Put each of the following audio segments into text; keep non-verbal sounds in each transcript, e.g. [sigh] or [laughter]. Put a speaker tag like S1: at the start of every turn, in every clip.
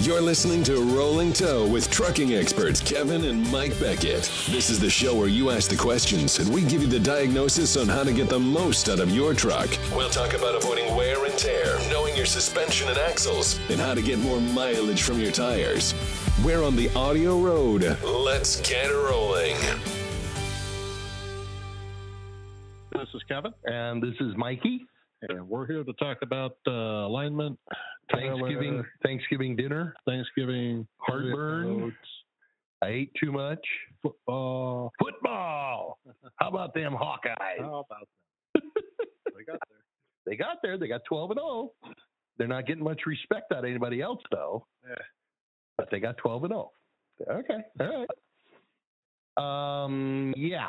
S1: You're listening to Rolling Toe with trucking experts Kevin and Mike Beckett. This is the show where you ask the questions and we give you the diagnosis on how to get the most out of your truck. We'll talk about avoiding wear and tear, knowing your suspension and axles, and how to get more mileage from your tires. We're on the audio road. Let's get rolling.
S2: This is Kevin. And this is Mikey. And we're here to talk about uh, alignment,
S3: Thanksgiving
S2: Tyler, Thanksgiving dinner,
S3: Thanksgiving
S2: Uh, [laughs] heartburn. I ate too much.
S3: football.
S2: Football. [laughs] How about them Hawkeyes?
S3: How about
S2: [laughs]
S3: that? I got there.
S2: They got there. They got 12 and 0. They're not getting much respect out of anybody else though.
S3: Yeah.
S2: But they got 12 and 0. Okay. All right. Um yeah.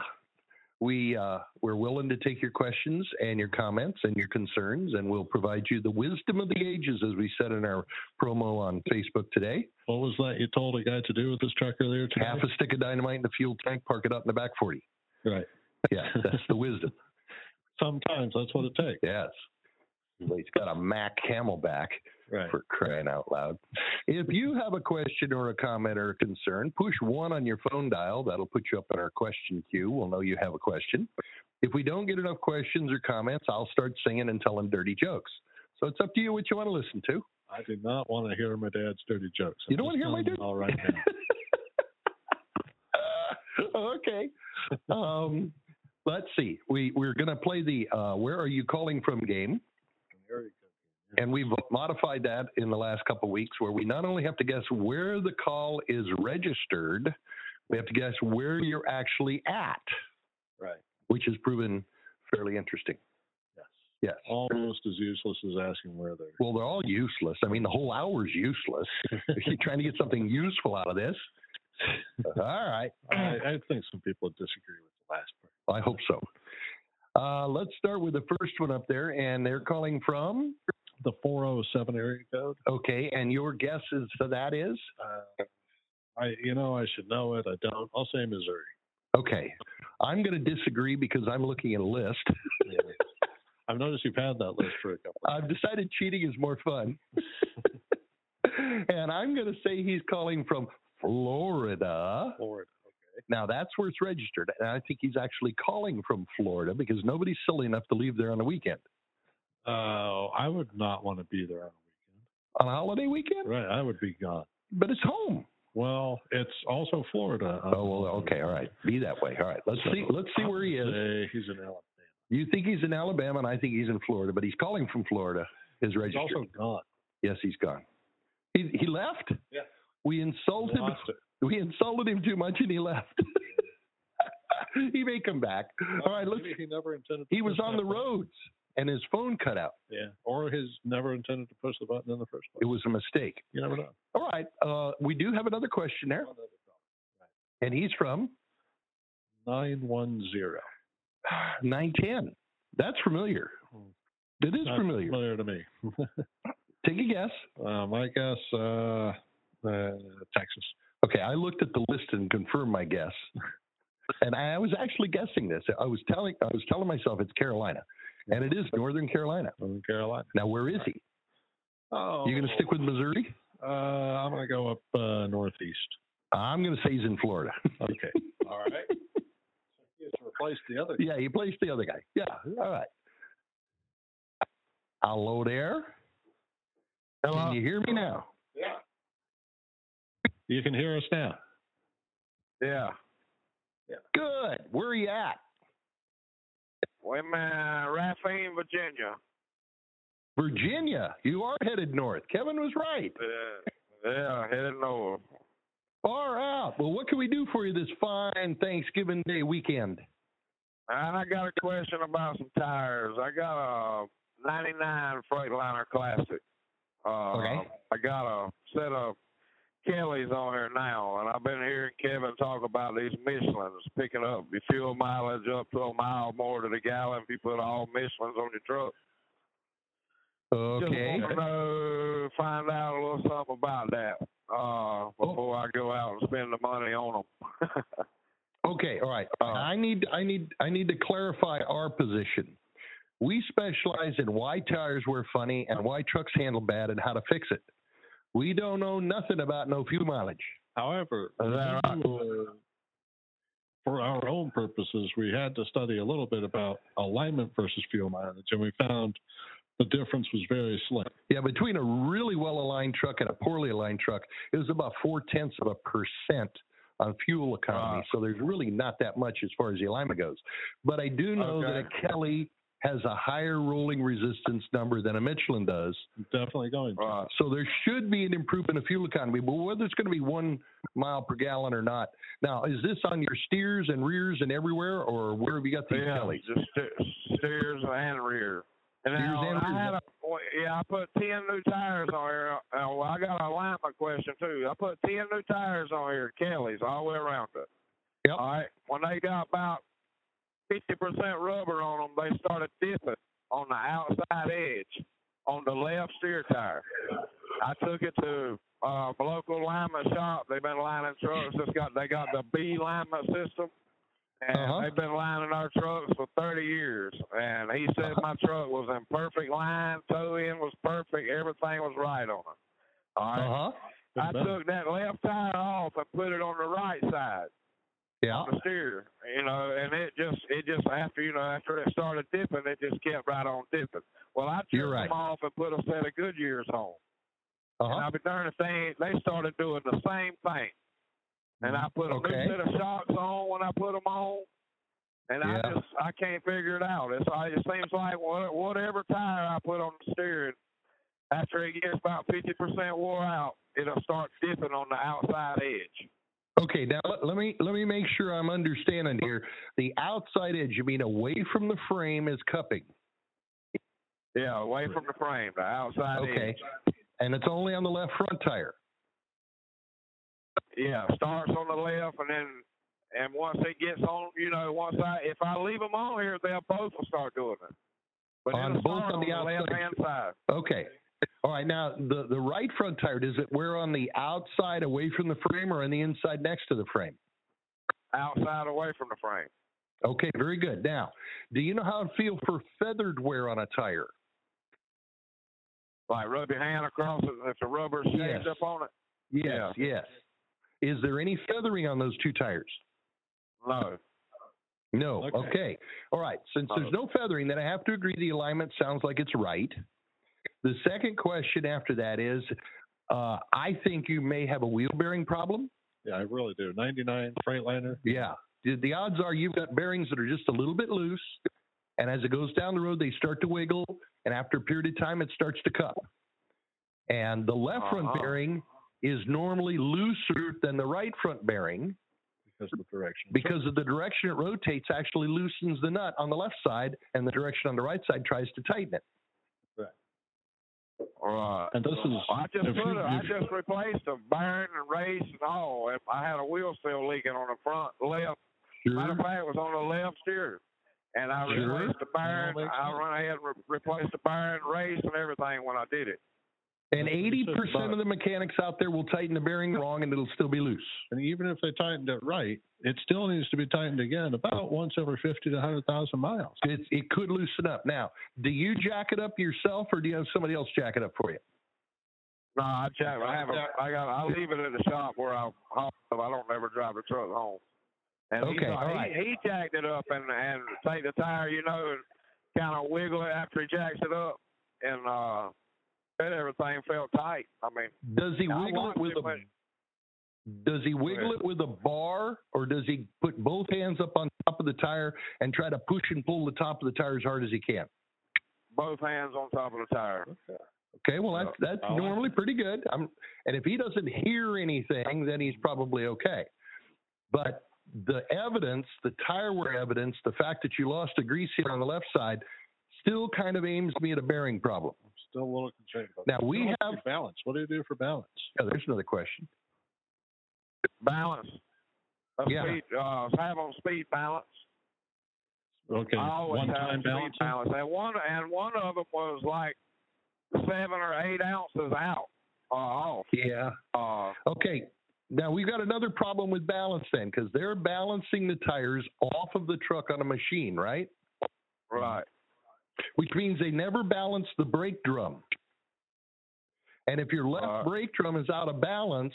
S2: We uh, we're willing to take your questions and your comments and your concerns, and we'll provide you the wisdom of the ages, as we said in our promo on Facebook today.
S3: What was that you told a guy to do with this truck earlier today?
S2: half a stick of dynamite in the fuel tank, park it up in the back 40.
S3: Right.
S2: Yeah, that's the wisdom.
S3: [laughs] Sometimes that's what it takes.
S2: Yes. He's got a Mac Camelback
S3: Right.
S2: for crying out loud. If you have a question or a comment or a concern, push one on your phone dial. That'll put you up in our question queue. We'll know you have a question. If we don't get enough questions or comments, I'll start singing and telling dirty jokes. So it's up to you what you want to listen to.
S3: I do not want to hear my dad's dirty jokes.
S2: You don't wanna
S3: just
S2: hear my
S3: telling them
S2: dirty-
S3: All right
S2: [laughs]
S3: now.
S2: okay. Um, let's see. We we're gonna play the uh, "Where Are You Calling From" game,
S3: There you go.
S2: and we've modified that in the last couple weeks, where we not only have to guess where the call is registered, we have to guess where you're actually at,
S3: Right.
S2: which has proven fairly interesting.
S3: Yes.
S2: Yes.
S3: Almost as useless as asking where they're.
S2: Well, they're all useless. I mean, the whole hour's
S3: [laughs]
S2: useless. if you're trying to get something useful out of this, all right.
S3: I, I think some people disagree with the last part.
S2: I hope so. Uh, let's start with the first one up there, and they're calling from.
S3: The 407 area code.
S2: Okay, and your guess is so that is
S3: Uh, I, you know, I should know it. I don't. I'll
S2: [laughs]
S3: say Missouri.
S2: okay. I'm going to disagree because I'm looking at a list.
S3: I've noticed you've had that list for a couple. Of
S2: I've decided cheating is more
S3: [laughs]
S2: fun, and I'm going to say he's calling from Florida.
S3: Florida.
S2: Now that's where it's registered, and I think he's actually calling from Florida because nobody's silly enough to leave there on a weekend,
S3: Oh, I would not want to be there on a
S2: on a holiday weekend.
S3: weekend. Right, I would be gone.
S2: But it's home.
S3: Well, it's also Florida. Uh,
S2: Oh well, okay, all right. Be that way. All right. Let's see. Let's see where he is.
S3: Hey, he's in Alabama.
S2: You think he's in Alabama, and I think he's in Florida, but he's calling from Florida. Is
S3: He's
S2: registered.
S3: also gone.
S2: yes, he's gone. He he left.
S3: Yeah.
S2: We insulted
S3: Lost it.
S2: we insulted him too much, and he left. [laughs] he may come back. All right, let's.
S3: Maybe he never intended. to
S2: He was
S3: push
S2: on
S3: that
S2: the
S3: button.
S2: roads, and his phone cut out.
S3: Yeah, or his never intended to push the button in the first
S2: It
S3: place.
S2: was a mistake.
S3: You never know.
S2: All right, uh, we do have another questionnaire, and he's from
S3: Nine one zero.
S2: [sighs] nine ten. That's familiar. That is familiar.
S3: Hmm. Familiar to me. [laughs]
S2: Take a guess.
S3: Um, I guess uh, uh, Texas.
S2: Okay, I looked at the list and confirmed my guess. [laughs] And I was actually guessing this. I was telling I was telling myself it's Carolina. And it is Northern Carolina.
S3: Northern Carolina.
S2: Now where is he?
S3: Oh,
S2: You gonna stick with Missouri?
S3: Uh, I'm gonna go up uh, northeast.
S2: I'm gonna say he's in Florida. [laughs]
S3: Okay. All right. Just replace the other.
S2: yeah, he plays the other guy. Yeah. All right. Hello there. Can you hear me now?
S3: You can hear us now.
S2: Yeah.
S4: Yeah.
S2: Good. Where are you at?
S4: Well, I'm uh, Raphine, Virginia.
S2: Virginia. You are headed north. Kevin was right.
S4: Uh, yeah, heading over.
S2: Far out. Well, what can we do for you this fine Thanksgiving Day weekend?
S4: And I got a question about some tires. I got a 99 Freightliner Classic. Uh,
S2: Okay.
S4: I got a set of Kelly's on here now, and I've been hearing Kevin talk about these Michelins picking up your fuel mileage up to a mile more to the gallon if you put all Michelins on your truck.
S2: Okay.
S4: Just want to know, find out a little something about that uh, before I go out and spend the money on [laughs] them.
S2: Okay. All right.
S4: Uh-huh.
S2: I need I need I need to clarify our position. We specialize in why tires wear funny and why trucks handle bad and how to fix it. We don't know nothing about no fuel mileage.
S3: However,
S4: Is that right?
S3: uh, for our own purposes, we had to study a little bit about alignment versus fuel mileage, and we found the difference was very slight.
S2: Yeah, between a really well aligned truck and a poorly aligned truck, it was about four tenths of a percent on fuel economy.
S4: Wow.
S2: So there's really not that much as far as the alignment goes. But I do know
S4: Okay.
S2: that a Kelly has a higher rolling resistance number than a Michelin does. Uh,
S3: Definitely going. to.
S4: Right.
S2: So there should be an improvement of fuel economy, but whether it's going to be one mile per gallon or not. Now, is this on your steers and rears and everywhere, or where have you got these
S4: Yeah,
S2: Kellys?
S4: just ste- steers and rear. And
S2: Steers
S4: now,
S2: and rear.
S4: I had a, well, yeah, I put ten new tires on here. Uh, well, I got a alignment question too. I put ten new tires on here, Kelly's, all the way around it.
S2: Yep.
S4: All right. When they got about fifty percent rubber on them, they started dipping on the outside edge on the left steer tire. I took it to uh, a local lineman shop. They've been lining trucks. Just got they got the B lineman system, and
S2: Uh-huh.
S4: they've been lining our trucks for 30 years. And he said
S2: Uh-huh.
S4: my truck was in perfect line, toe in was perfect, everything was right on it. All right.
S2: Uh huh.
S4: I took that left tire off and put it on the right side
S2: Yeah.
S4: the steer, you know, and it just it just after you know after it started dipping, it just kept right on dipping. Well, I
S2: You're
S4: took
S2: right.
S4: them off and put a set of Goodyears on,
S2: Uh
S4: and
S2: huh.
S4: I'll be darned if they ain't- they started doing the same thing. And I put a
S2: Okay.
S4: new set of shocks on when I put them on, and
S2: Yeah.
S4: I just I can't figure it out. It's I- it seems like what- whatever tire I put on the steering, after it gets about fifty percent wore out, it'll start dipping on the outside edge.
S2: Okay. Now let, let me let me make sure I'm understanding here. The outside edge, you mean away from the frame, is cupping,
S4: Yeah, away from the frame, the outside
S2: Okay.
S4: edge.
S2: and it's only on the left front tire.
S4: Yeah, starts on the left, and then and once it gets on, you know, once I if I leave them on here, they'll both will start doing it. But
S2: On
S4: it'll
S2: both
S4: start
S2: on the outside.
S4: left hand side.
S2: Okay. All right. Now the the right front tire, does it wear on the outside, away from the frame, or on the inside next to the frame?
S4: Outside away from the frame.
S2: Okay, very good. Now, do you know how it feels for feathered wear on a tire?
S4: Like rub your hand across it if the rubber shakes
S2: Yes.
S4: up on it.
S2: Yes, yes. Is there any feathering on those two tires?
S4: No.
S2: No.
S3: Okay. Uh-huh.
S2: Okay. All right. Since there's no feathering, then I have to agree the alignment sounds like it's right. The second question after that is uh, I think you may have a wheel bearing problem.
S3: Yeah, I really do. 99 Freightliner.
S2: Yeah. The, the odds are you've got bearings that are just a little bit loose. And as it goes down the road, they start to wiggle. And after a period of time, it starts to cup. And the left front
S4: Uh-huh.
S2: bearing is normally looser than the right front bearing
S3: Because of the direction.
S2: because of the direction it rotates actually loosens the nut on the left side and the direction on the right side tries to tighten it.
S4: Right.
S3: and this is
S4: I just
S3: if
S4: put
S3: you-
S4: it, I
S3: if-
S4: just replaced the bearing and race and all. If I had a wheel seal leaking on the front left Matter of fact, it was on the left steer. And I
S2: Sure.
S4: replaced the bearing.
S3: Well, they-
S4: I run ahead and re- replaced the bearing, race, and everything when I did it.
S2: And eighty
S3: It's just
S2: percent
S3: about-
S2: of the mechanics out there will tighten the bearing wrong and it'll still be loose.
S3: and even if they tightened it right, it still needs to be tightened again about once every 50 to 100,000 miles.
S2: It, it could loosen up. Now, do you jack it up yourself or do you have somebody else jack it up for you?
S4: No, I checked. I have a. I got. I leave it at the shop where I. haul it. I don't ever drive the truck home. And he-
S2: Okay, all
S4: he,
S2: right.
S4: he jacked it up and and take the tire, you know, and kind of wiggle it after he jacks it up, and uh, and everything felt tight. I mean,
S2: Does he
S4: I
S2: wiggle
S4: watched
S2: it with
S4: it, but-
S2: a does he wiggle
S4: ahead.
S2: it with a bar or does he put both hands up on top of the tire and try to push and pull the top of the tire as hard as he can?
S4: both hands on top of the tire.
S2: Okay, well that's that's
S3: I'll-
S2: normally pretty good. i and if he doesn't hear anything, then he's probably okay. But the evidence, the tire wear evidence, the fact that you lost a grease here on the left side, still kind of aims me at a bearing problem.
S3: I'm still a little concerned about
S2: Now,
S3: that.
S2: we
S3: What about
S2: have-
S3: balance. What do you do for balance?
S2: Yeah, there's another question.
S4: Balance. A
S2: Yeah.
S4: Speed, uh, have on speed balance.
S3: Okay,
S4: I always
S3: one
S4: have
S3: time
S4: three
S3: balance.
S4: pounds. And one and one of them was like seven or eight ounces out uh, off.
S2: Yeah.
S4: Uh,
S2: Okay. Now we've got another problem with balance then, because they're balancing the tires off of the truck on a machine, right?
S4: right.
S2: Which means they never balance the brake drum. And if your left
S4: Uh,
S2: brake drum is out of balance,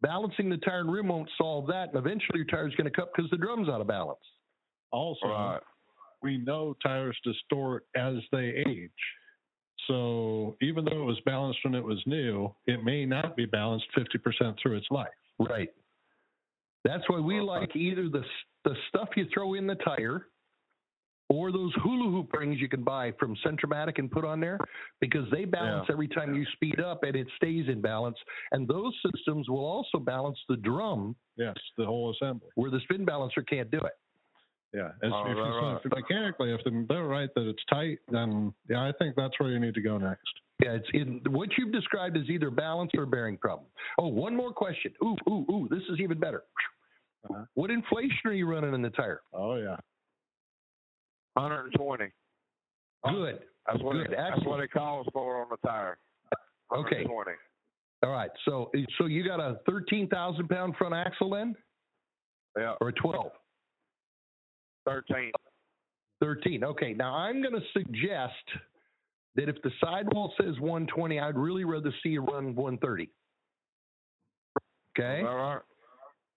S2: balancing the tire and rim won't solve that. And eventually your tire's going to cut because the drum's out of balance.
S3: Also,
S4: Right.
S3: we know tires distort as they age. So even though it was balanced when it was new, it may not be balanced 50% through its life.
S2: Right. That's why we
S4: Uh,
S2: like either the, s- the stuff you throw in the tire or those hula hoop rings you can buy from Centromatic and put on there because they balance every time you speed up and it stays in balance. And those systems will also balance the drum
S3: Yes, the whole assembly.
S2: where the spin balancer can't do it.
S3: Yeah. As,
S4: Oh,
S3: if you-
S4: right,
S3: if mechanically, if they're right that it's tight, then yeah, I think that's where you need to go next.
S2: Yeah, it's in what you've described is either balance or bearing problem. Oh, one more question. Ooh, ooh, ooh, this is even better.
S3: Uh-huh.
S2: What inflation are you running in the tire?
S3: Oh, yeah.
S4: 120.
S2: Good.
S4: That's what,
S2: Good,
S4: it, that's what
S2: excellent.
S4: it calls for on the tire.
S2: Okay.
S4: 120.
S2: All right. So so you got a thirteen thousand pound front axle then?
S4: Yeah,
S2: Or a twelve?
S4: 13.
S2: Thirteen. Okay. Now I'm gonna suggest that if the sidewall says one twenty, I'd really rather see you run one thirty. Okay?
S4: All right.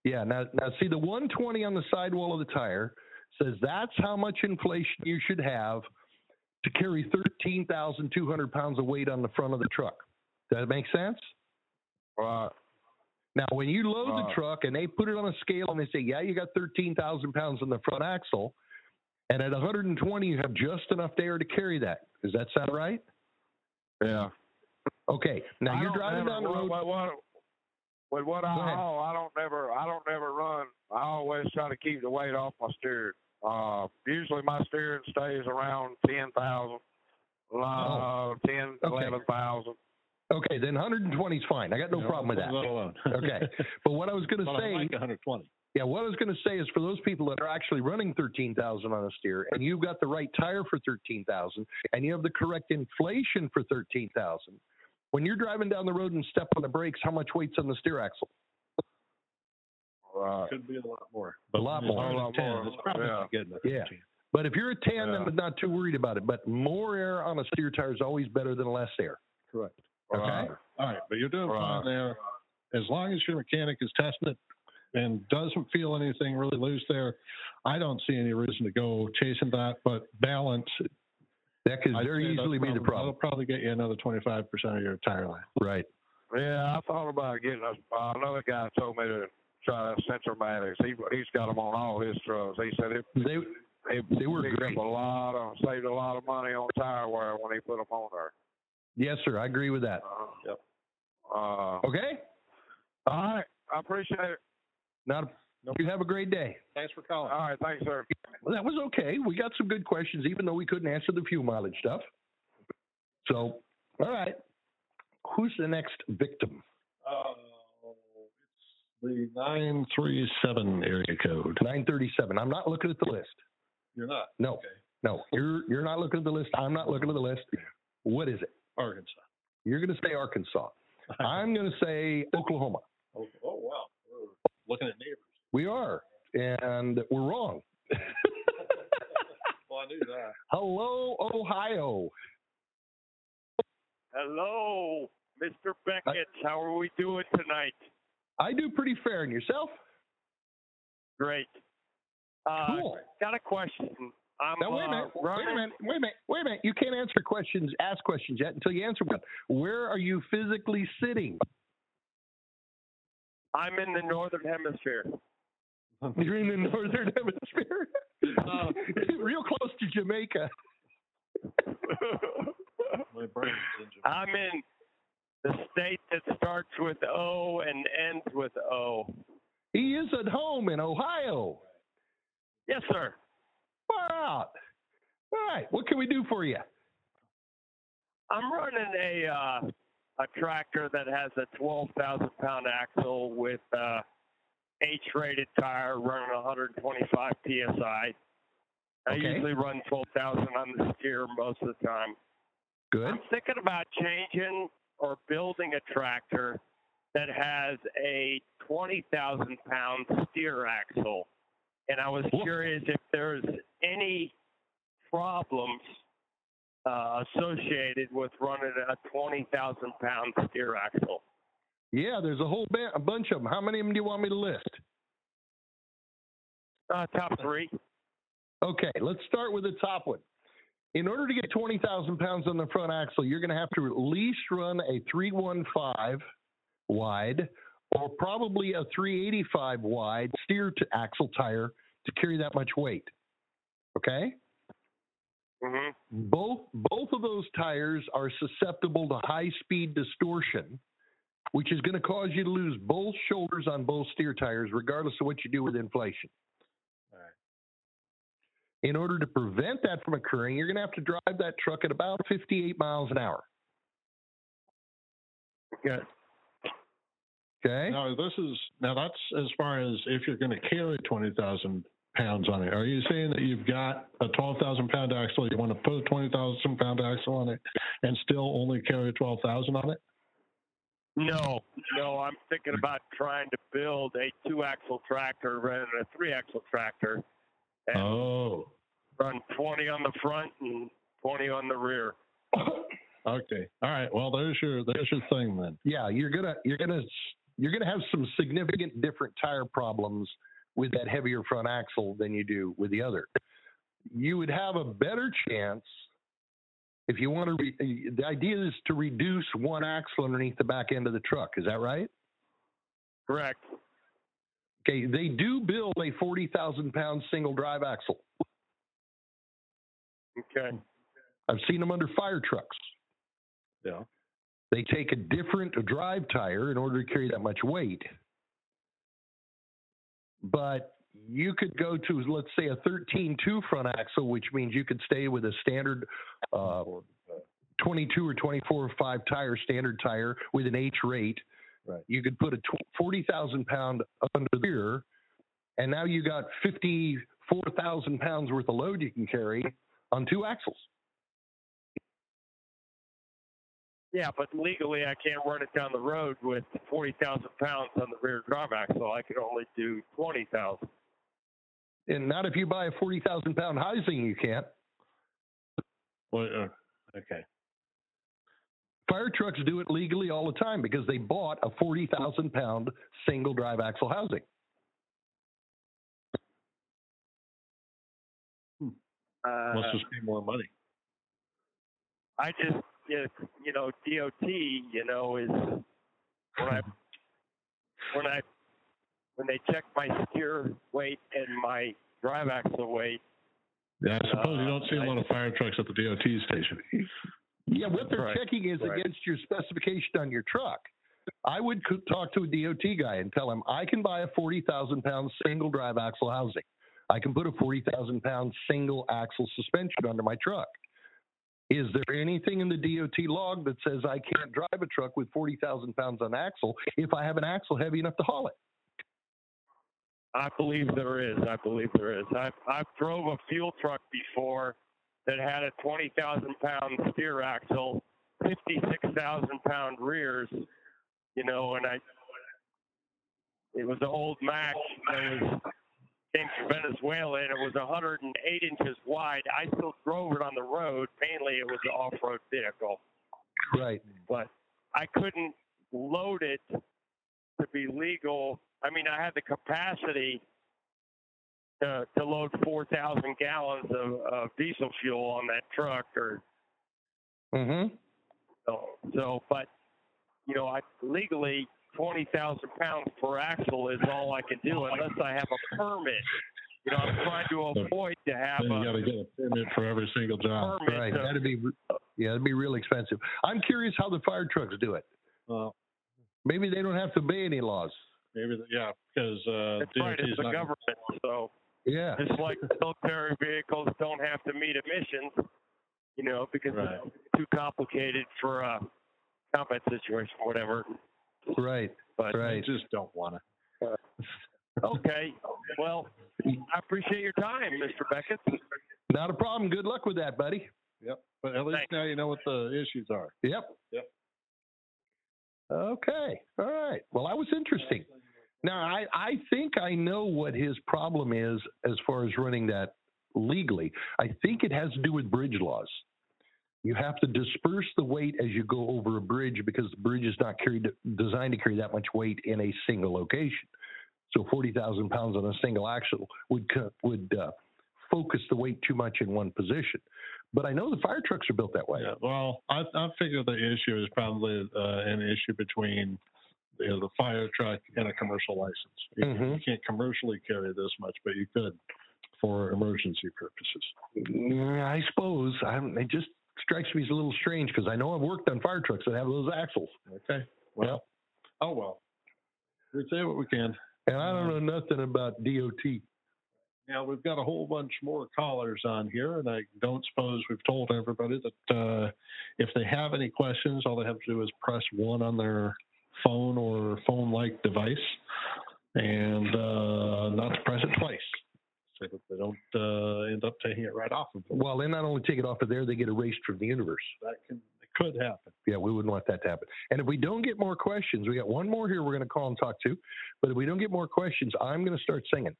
S2: Yeah. Now, now see the 120 on the sidewall of the tire says that's how much inflation you should have to carry 13,200 pounds of weight on the front of the truck. Does that make sense?
S4: Right.
S2: Now, when you load the
S4: Right.
S2: truck and they put it on a scale and they say, yeah, you got 13,000 pounds on the front axle, and at 120, you have just enough air to carry that. Does that sound right?
S4: Yeah.
S2: Okay. Now
S4: I
S2: you're
S4: don't
S2: driving
S4: never-
S2: down the road.
S4: What, what, with what I
S2: Go ahead.
S4: haul, I don't never, I don't never run. I always try to keep the weight off my steering. Uh, usually my steering stays around ten thousand, uh, ten,
S2: Oh. okay.
S4: eleven thousand.
S2: Okay, then 120 is fine. I got no
S3: You know,
S2: problem with that.
S3: leave alone. [laughs]
S2: [laughs] Okay. But what I was going
S3: but
S2: to
S3: I
S2: say
S3: like 120.
S2: Yeah, what I was going to say is for those people that are actually running 13,000 on a steer and you've got the right tire for 13,000 and you have the correct inflation for 13,000, when you're driving down the road and step on the brakes, how much weight's on the steer axle?
S4: Right.
S3: Could be a lot more.
S2: A lot
S3: when you
S2: more.
S3: start
S4: A
S3: at
S4: lot
S3: 10,
S4: more.
S3: It's probably not good enough.
S2: Yeah. But if you're a 10, then
S4: Yeah.
S2: I'm not too worried about it. But more air on a steer tire is always better than less air.
S3: Correct.
S2: Okay.
S4: Right.
S3: All right, but you're doing
S4: Right.
S3: fine there. As long as your mechanic is testing it and doesn't feel anything really loose there, I don't see any reason to go chasing that. But balance
S2: That could
S3: I'd
S2: very
S3: say that'll
S2: easily be the
S3: probably- That'll
S2: problem.
S3: probably get you another 25% of your tire life.
S2: Right.
S4: Yeah, I thought about getting us. Uh, another guy told me to try Centromatics. He he's got them on all his trucks. He said it
S2: They,
S4: it
S2: They were
S4: picked
S2: great.
S4: up a lot of saved a lot of money on tire wear when he put them on there.
S2: yes, sir. I agree with that.
S4: Uh,
S3: Uh-huh.
S4: yep. Uh,
S2: Okay.
S4: All right. I appreciate it.
S2: Not, you have a great day.
S3: Thanks for calling.
S4: All right. Thanks, sir.
S2: Well, that was okay. We got some good questions, even though we couldn't answer the fuel mileage stuff. So, all right. Who's the next victim?
S5: Uh,
S3: the 937 area code.
S2: 937. I'm not looking at the list.
S3: You're not.
S2: No,
S3: Okay.
S2: no. You're you're not looking at the list. I'm not looking at the list. What is it?
S3: Arkansas.
S2: You're going to say
S3: [laughs]
S2: Arkansas. I'm going to say Oklahoma.
S3: oh, oh, wow. We're looking at neighbors.
S2: [laughs] We are, and we're wrong.
S3: Well, I knew that.
S2: Hello, Ohio.
S6: Hello, Mr. Beckett. How are we doing tonight?
S2: I do pretty fair. And yourself?
S6: Great. Uh,
S2: Cool.
S6: Got a question. I'm
S2: Now, wait a
S6: uh,
S2: minute. Wait a
S6: running-
S2: minute. Wait a minute. Wait a minute. You can't answer questions, ask questions yet until you answer one. Where are you physically
S6: [laughs]
S2: sitting?
S6: I'm in the northern hemisphere.
S2: You're in the northern hemisphere,
S3: Uh,
S2: [laughs] real close to Jamaica.
S3: my brain's in Jamaica.
S6: I'm in the state that starts with O and ends with O.
S2: He is at home in Ohio.
S6: Yes, sir.
S2: Far out. All right. What can we do for you?
S6: I'm running a uh, a tractor that has a 12,000 pound axle with uh, H-rated tire running 125 psi. I
S2: Okay.
S6: usually run 12,000 on the steer most of the time.
S2: Good.
S6: I'm thinking about changing or building a tractor that has a 20,000 pound steer axle. And I was
S2: Whoa.
S6: curious if there's any problems
S7: uh, associated with running a 20,000 pound steer axle.
S2: Yeah, there's a whole ba- a bunch of them. How many of them do you want me to list?
S7: Uh, top three.
S2: Okay, let's start with the top one. In order to get 20,000 pounds on the front axle, you're going to have to at least run a 315 wide or probably a 385 wide steer to axle tire to carry that much weight. Okay?
S7: Mm-hmm.
S2: both both of those tires are susceptible to high speed distortion which is going to cause you to lose both shoulders on both steer tires regardless of what you do with inflation in order to prevent that from occurring you're going to have to drive that truck at about 58 miles an hour
S7: Good.
S2: okay
S3: Now this is now that's as far as if you're going to carry twenty thousand pounds on it. Are you saying that you've got a twelve thousand pound axle, you want to put a twenty thousand pound axle on it, and still only carry twelve thousand on it?
S7: No, no, I'm thinking about trying to build a two axle tractor rather than a three axle tractor and
S3: Oh,
S7: run 20 on the front and 20 on the rear.
S3: okay, all right. Well, there's your there's your thing then.
S2: yeah you're going to you're going to you're going to have some significant different tire problems with that heavier front axle than you do with the other you would have a better chance if you want to re- the idea is to reduce one axle underneath the back end of the truck is that right
S7: Correct.
S2: okay they do build a 40,000 pound single drive axle
S7: Okay.
S2: i've seen them under fire trucks
S3: Yeah.
S2: they take a different drive tire in order to carry that much weight. But you could go to, let's say, a 13.2 front axle, which means you could stay with a standard uh, 22 or 24 or 5 tire, standard tire with an H rate.
S3: Right.
S2: You could put a tw- 40,000 pound up under the rear, and now you got 54,000 pounds worth of load you can carry on two axles.
S7: Yeah, but legally I can't run it down the road with 40,000 pounds on the rear drive axle. I can only do 20,000.
S2: And not if you buy a 40,000 pound Heising, you can't.
S3: Well, uh, okay.
S2: Fire trucks do it legally all the time because they bought a 40,000 pound single drive axle housing.
S7: Uh,
S3: Must just be more money.
S7: I just, you you know, DOT, you know, is when I when I when they check my steer weight and my drive axle weight.
S3: Yeah, I suppose you
S7: Uh,
S3: don't see a lot of fire trucks at the DOT station.
S2: Yeah, what they're
S7: Right.
S2: checking is
S7: Right.
S2: against your specification on your truck. I would co- talk to a DOT guy and tell him I can buy a 40,000 pound single drive axle housing. I can put a 40,000 pound single axle suspension under my truck. Is there anything in the DOT log that says I can't drive a truck with 40,000 pounds on axle if I have an axle heavy enough to haul it?
S7: I believe there is. I believe there is. I I drove a fuel truck before that had a twenty thousand pound steer axle, fifty six thousand pound rears, you know, and I it was an old Mac that was came from Venezuela and it was hundred and eight inches wide. I still drove it on the road. Mainly it was an off road vehicle
S2: Right.
S7: but I couldn't load it to be legal. I mean, I had the capacity to, to load 4,000 gallons of, of diesel fuel on that truck or
S2: Mm-hmm.
S7: so, so but, you know, I legally 20,000 pounds per axle is all I can do unless I have a permit. You know, I'm trying to avoid to have
S3: Then you got
S7: a
S3: to get a permit for every single job.
S7: permit.
S2: Right.
S7: to-
S2: That'd be yeah, that'd be real expensive. I'm curious how the fire trucks do it.
S3: Well,
S2: Maybe they don't have to obey any laws.
S3: maybe the, yeah, because uh,
S7: That's
S3: DOT
S7: right,
S3: is
S7: it's the
S3: not
S7: government. So.
S2: Yeah.
S7: just like military vehicles don't have to meet emissions, you know, because
S3: Right.
S7: it's too complicated for a combat situation, whatever.
S2: Right.
S7: But
S3: They
S2: Right.
S3: just don't want to.
S7: [laughs] okay, well, I appreciate your time, Mr. Beckett.
S2: Not a problem. Good luck with that, buddy.
S3: But at least
S7: Thanks.
S3: now you know what the issues are.
S2: Yep.
S3: Yep.
S2: Okay. All right. Well, that was interesting. Now I, I think I know what his problem is as far as running that legally. I think it has to do with bridge laws. You have to disperse the weight as you go over a bridge because the bridge is not carried, designed to carry that much weight in a single location. So 40,000 pounds on a single axle would co- would uh, focus the weight too much in one position. But I know the fire trucks are built that way.
S3: Yeah, well, I, I figure the issue is probably uh, an issue between you know, the fire truck and a commercial license. You,
S2: Mhm.
S3: you can't commercially carry this much, but you could for emergency purposes.
S2: Mm, I suppose I'm, it just strikes me as a little strange because I know I've worked on fire trucks that have those axles,
S3: Okay. Well, oh well. We say what we can.
S2: and I don't
S3: Mm.
S2: know nothing about DOT.
S3: Now we've got a whole bunch more callers on here, and I don't suppose we've told everybody that uh, if they have any questions, all they have to do is press one on their phone or phone-like device, and uh, not to press it twice, so that they don't uh, end up taking it right off of them.
S2: Well, they not only take it off of there, they get erased from the universe.
S3: That can it could happen.
S2: Yeah, we wouldn't want that to happen. And if we don't get more questions, we got one more here we're going to call and talk to. But if we don't get more questions, I'm going to start singing.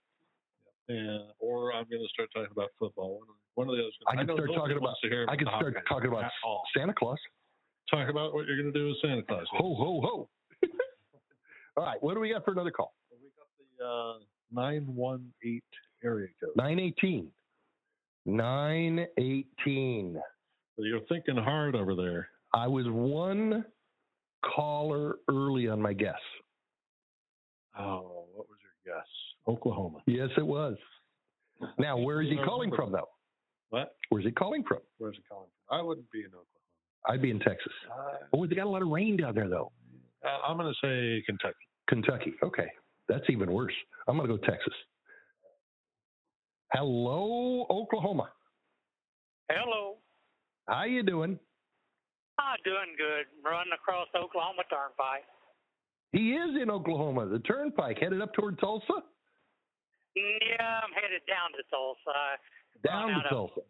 S3: And, or I'm going to start talking about football. One of those.
S2: I can
S3: know
S2: start
S3: nobody
S2: talking
S3: wants to hear
S2: I can
S3: about
S2: start
S3: hockey
S2: talking about
S3: at all.
S2: Santa Claus.
S3: Talk about what you're going to do with Santa Claus.
S2: Ho, ho, ho. [laughs] All right, what do we got for another call?
S3: We got the uh, 918 area code.
S2: 918. 918.
S3: You're thinking hard over there.
S2: I was one caller early on my guess.
S3: Oh, what was your guess? Oklahoma.
S2: Yes, it was. Now, where is he calling from, though?
S3: What?
S2: Where's he calling from?
S3: Where's it calling from? I wouldn't be in Oklahoma.
S2: I'd be in Texas. Oh, they got a lot of rain down there, though.
S3: Uh, I'm going to say Kentucky.
S2: Kentucky. Okay. That's even worse. I'm going to go Texas. Hello, Oklahoma.
S8: Hello.
S2: How you doing?
S8: Ah, doing good. Running across the Oklahoma Turnpike.
S2: He is in Oklahoma, the turnpike, headed up toward Tulsa,
S8: Yeah, I'm headed down to Tulsa. I
S2: down
S8: Run out
S2: to
S8: of-
S2: Tulsa,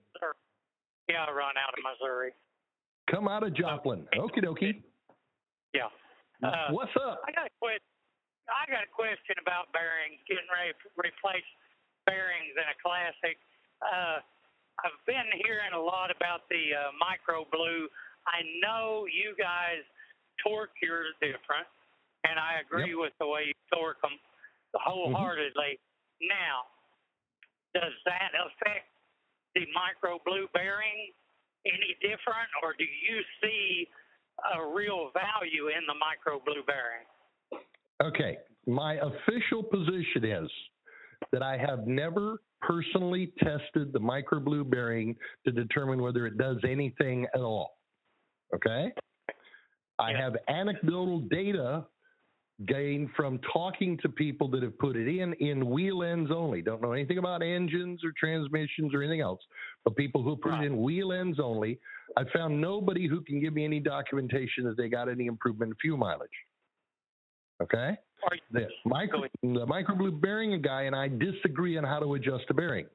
S8: Yeah, I run out of Missouri.
S2: come out of Joplin. Okie dokie.
S8: Yeah. Uh,
S2: What's up?
S8: I got a question. I got a question about bearings. Getting ready to replace bearings in a classic. Uh, I've been hearing a lot about the uh, micro blue. I know you guys torque yours different, and I agree with the way you torque them wholeheartedly.
S2: Mm-hmm.
S8: Now, does that affect the micro blue bearing any different, or do you see a real value in the micro blue bearing?
S2: Okay. My official position is that I have never personally tested the microblue bearing to determine whether it does anything at all. Okay? I
S8: Yeah.
S2: have anecdotal data gained from talking to people that have put it in in wheel ends only. Don't know anything about engines or transmissions or anything else, but people who put it in wheel ends only. I found nobody who can give me any documentation that they got any improvement in fuel mileage. Okay?
S8: Or
S2: the micro the microblue bearing guy and I disagree on how to adjust the bearing.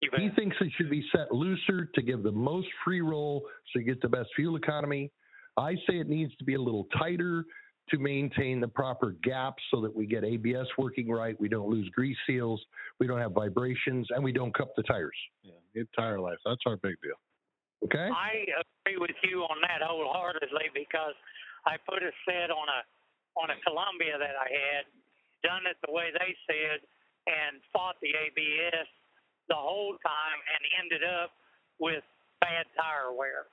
S8: you
S2: He
S8: bet.
S2: thinks it should be set looser to give the most free roll so you get the best fuel economy. I say it needs to be a little tighter to maintain the proper gaps so that we get ABS working right, we don't lose grease seals, we don't have vibrations, and we don't cup the tires.
S3: Yeah, entire life. That's our big deal.
S2: Okay?
S8: I agree with you on that wholeheartedly because I put a set on a on a Columbia that I had, done it the way they said, and fought the ABS the whole time and ended up with bad tire wear.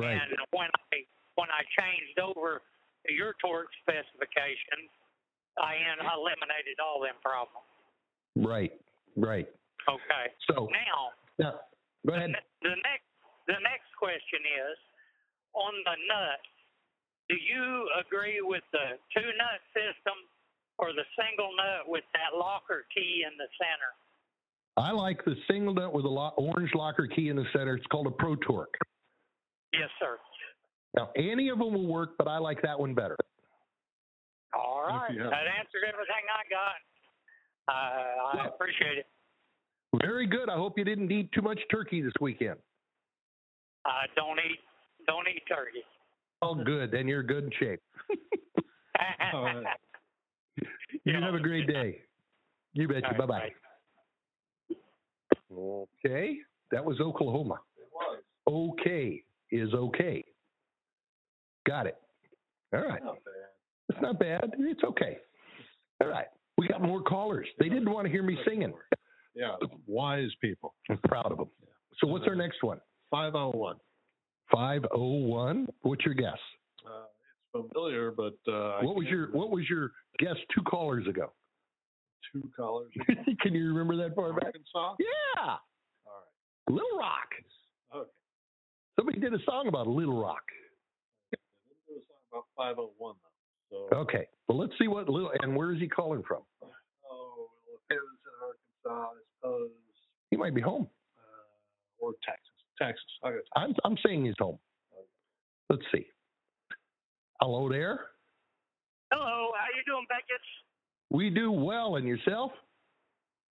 S2: Right.
S8: And when I when I changed over to your torque specifications, I en- eliminated all them problems.
S2: Right. Right.
S8: Okay.
S2: So
S8: Now
S2: now, go ahead.
S8: The next, the next question is on the nuts. Do you agree with the two nut system or the single nut with that locker key in the center?
S2: I like the single nut with a lo- orange locker key in the center. It's called a Pro Torque.
S8: Yes, sir.
S2: Now, any of them will work, but I like that one better.
S8: All right.
S3: you have-
S8: That answered everything I got. Uh, I
S2: Well-
S8: appreciate it.
S2: Very good. I hope you didn't eat too much turkey this weekend.
S8: Uh, don't eat, don't eat turkey. [laughs]
S2: Oh, good. Then you're good in shape.
S3: All right.
S2: You
S8: Yeah.
S2: have a great day. You betcha.
S8: All
S2: Bye
S8: right,
S2: bye. Okay. That was Oklahoma. okay is okay. Got it. All right. It's not bad. It's okay. All right. We got more callers. They didn't want to hear me singing.
S3: Yeah, wise people.
S2: I'm proud of them. So what's our next one?
S3: 501.
S2: 501. What's your guess?
S3: Uh, it's familiar, but uh, I
S2: What was
S3: can't
S2: your
S3: remember
S2: what was your guess two callers ago?
S3: two
S2: [laughs]
S3: colors?
S2: Can you remember that far back?
S3: Arkansas.
S2: Yeah.
S3: All
S2: Little Rock.
S3: right. Okay.
S2: Somebody did a song about Little Rock.
S3: It was about 501 though. So,
S2: Okay. Well, let's see what little and where is he calling from?
S3: oh, well, if it was in Arkansas, I suppose,
S2: He might be home.
S3: uh, or Texas. Texas. I got Texas.
S2: I'm I'm saying he's home. Let's see. Hello there.
S9: Hello, how you doing, Beckett?
S2: We do well, and yourself?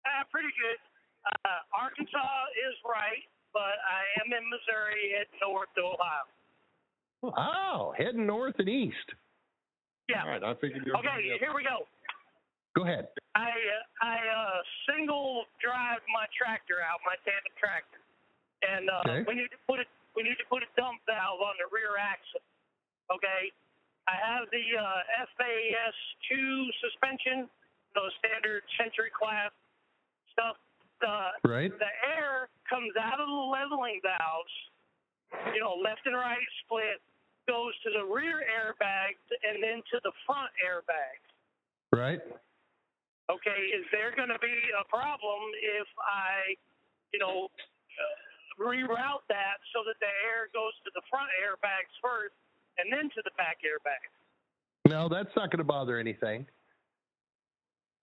S9: Uh, pretty good. Uh, Arkansas is right, but I am in Missouri, heading north to Ohio.
S2: Oh, heading north and east.
S9: Yeah.
S3: All right. I figured you were gonna
S9: Okay,
S3: get-
S9: here we go.
S2: Go ahead.
S9: I uh, I uh, single drive my tractor out, my tandem tractor, and uh,
S2: Okay.
S9: we need to put it. We need to put a dump valve on the rear axle. Okay, I have the uh, FAS two suspension, the standard Century class stuff. Uh,
S2: Right.
S9: the air comes out of the leveling valves, you know, left and right split, goes to the rear airbag and then to the front airbag.
S2: Right.
S9: Okay, is there going to be a problem if I, you know, uh, reroute that so that the air goes to the front airbags first and then to the back airbags?
S2: No, that's not going to bother anything.